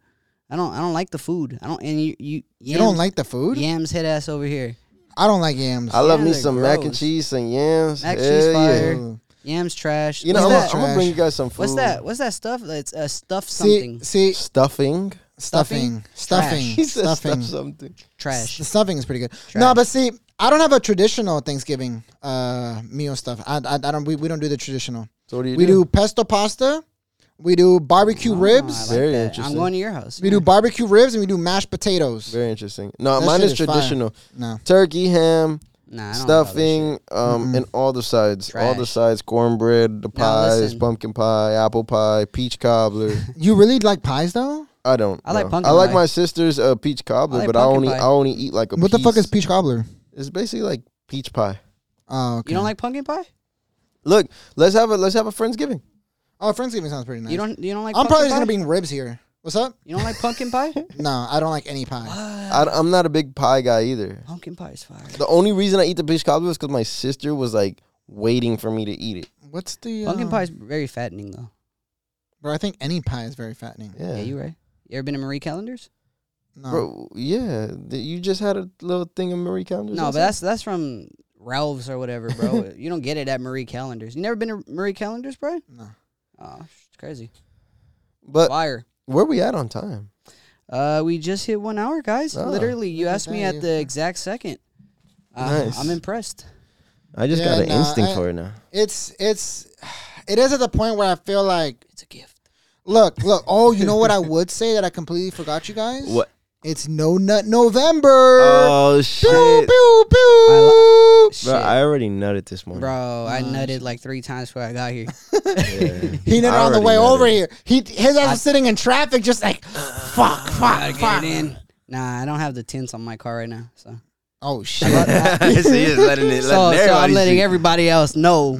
I don't I don't like the food. I don't and you you yams,
You don't like the food?
yams head ass over here.
I don't like yams.
I love me
Yams are
some mac and
gross.
cheese, some yams.
Mac and
Hell
cheese
yeah.
fire.
Ooh.
Yams trash.
You know, I'm
what's
Yams
gonna,
that?
are
I'm gonna bring you guys some food.
What's that? What's that stuff? It's a stuff
See,
something
see,
Stuffing.
stuffing, stuffing,
He said
stuffing.
stuff something.
trash.
The stuffing is pretty good. No,
Trash.
but see, I don't have a traditional Thanksgiving uh, meal stuff. I, I, I don't. We, we don't do the traditional.
So what do you
We
do?
do pesto pasta. We do barbecue
Oh, I
ribs.
like
Very
that.
interesting.
I'm going to your house.
We do barbecue ribs and we do mashed potatoes.
Very interesting. No,
That
mine
shit
is
is fire.
traditional.
No,
Turkey, ham,
Nah, I don't know about that shit.
stuffing, um, and all the sides, all the
Trash.
sides, cornbread, the pies,
listen.
pumpkin pie, apple pie, peach cobbler.
You really like pies though?
I don't.
I like
know.
pumpkin
I like
pie.
my sister's uh, peach cobbler,
like
but I
pumpkin
only
pie.
I only eat like a.
What the fuck
piece.
is peach cobbler?
It's basically like peach pie.
Oh, okay.
You don't like pumpkin pie?
Look, let's have a let's have a friendsgiving.
Oh, Friendsgiving sounds pretty nice.
You don't. You don't like.
I'm
pumpkin
probably just
pie?
gonna bring ribs here. What's up?
You don't like pumpkin pie?
No, I don't like any pie.
I, I'm not a big pie guy either.
pumpkin pie is fire.
The only reason I eat the peach cobbler was because my sister was like waiting for me to eat it.
What's the
Pumpkin
uh,
pie is very fattening though.
Bro, I think any pie is very fattening.
Yeah,
Yeah, you right. You ever been to Marie Callender's?
No.
bro. Yeah, th- you just had a little thing of Marie Callender's.
No,
last
but that's that's from Ralph's or whatever, bro. you don't get it at Marie Callender's. You never been to Marie Callender's, Brian?
No.
Oh, it's crazy.
night? but
Fire.
where we at on time?
Uh, we just hit one hour, guys.
Oh.
Literally, you
Look at
asked me
that,
at
you-
the exact second. Uh,
Nice.
I'm impressed.
I just
Yeah,
got an
nah,
instinct
I-
for it now.
It's it's it is at the point where I feel like
It's a gift.
look, look, oh, you know what I would say that I completely forgot you guys?
What?
It's no nut November.
Oh
pew
shit,
pew
I
pew.
li- Shit.
bro! I already nutted this morning.
Bro, I nutted like three times before I got here.
Yeah.
He did it
I
on the
already
way
nutted.
over here. He his ass was sitting in traffic, just like
Uh,
fuck,
Gotta
fuck,
get
fuck.
it in. Nah, I don't have the tints on my car right now. So,
Oh shit.
so you're just letting it, letting
so, so I'm
everybody
letting
see.
everybody else know.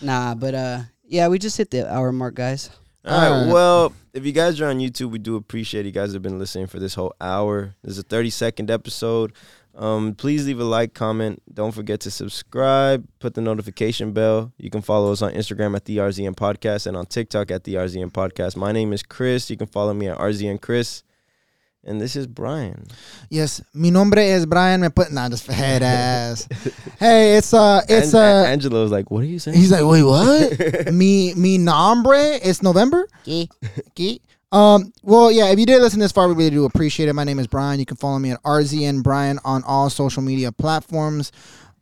Nah, but uh, yeah, we just hit the hour mark, guys.
All right.
Alright.
Well, if you guys are on YouTube, we do appreciate you guys have been listening for this whole hour. This is a 30 second episode. Um, please leave a like, comment. Don't forget to subscribe. Put the notification bell. You can follow us on Instagram at the RZN Podcast and on TikTok at the RZN Podcast. My name is Chris. You can follow me at RZN Chris. And this is Brian.
Yes, mi nombre es Brian. Me put nah, just head ass. hey, it's uh, it's
An-
uh,
Angelo's like, what are you saying?
he's like, wait, what? mi mi nombre is November. Okay. Um. Well, yeah. If you did listen this far, we really do appreciate it. My name is Brian. You can follow me at RZN Brian on all social media platforms.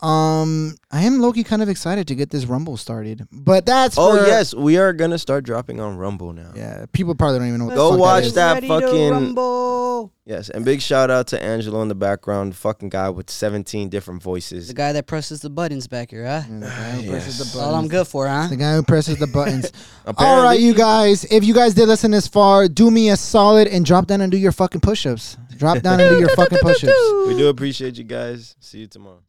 Um, I am Loki kind of excited to get this Rumble started, but that's
Oh,
for-
yes. We are going to start dropping on Rumble now.
yeah. People probably don't even know. What
Go
the fuck
watch
that. is.
that
Ready to
fucking-
rumble.
Yes. And big shout out to Angelo in the background, the fucking guy with 17 different voices.
The guy that presses the buttons back here, huh?
The guy who presses
Yes.
the
That's all I'm
buttons.
good for, huh?
The guy who presses the buttons.
Apparently.
All right, you guys. If you guys did listen this far, do me a solid and drop down and do your fucking push ups. Drop down and do your fucking push ups.
We do appreciate you guys. See you tomorrow.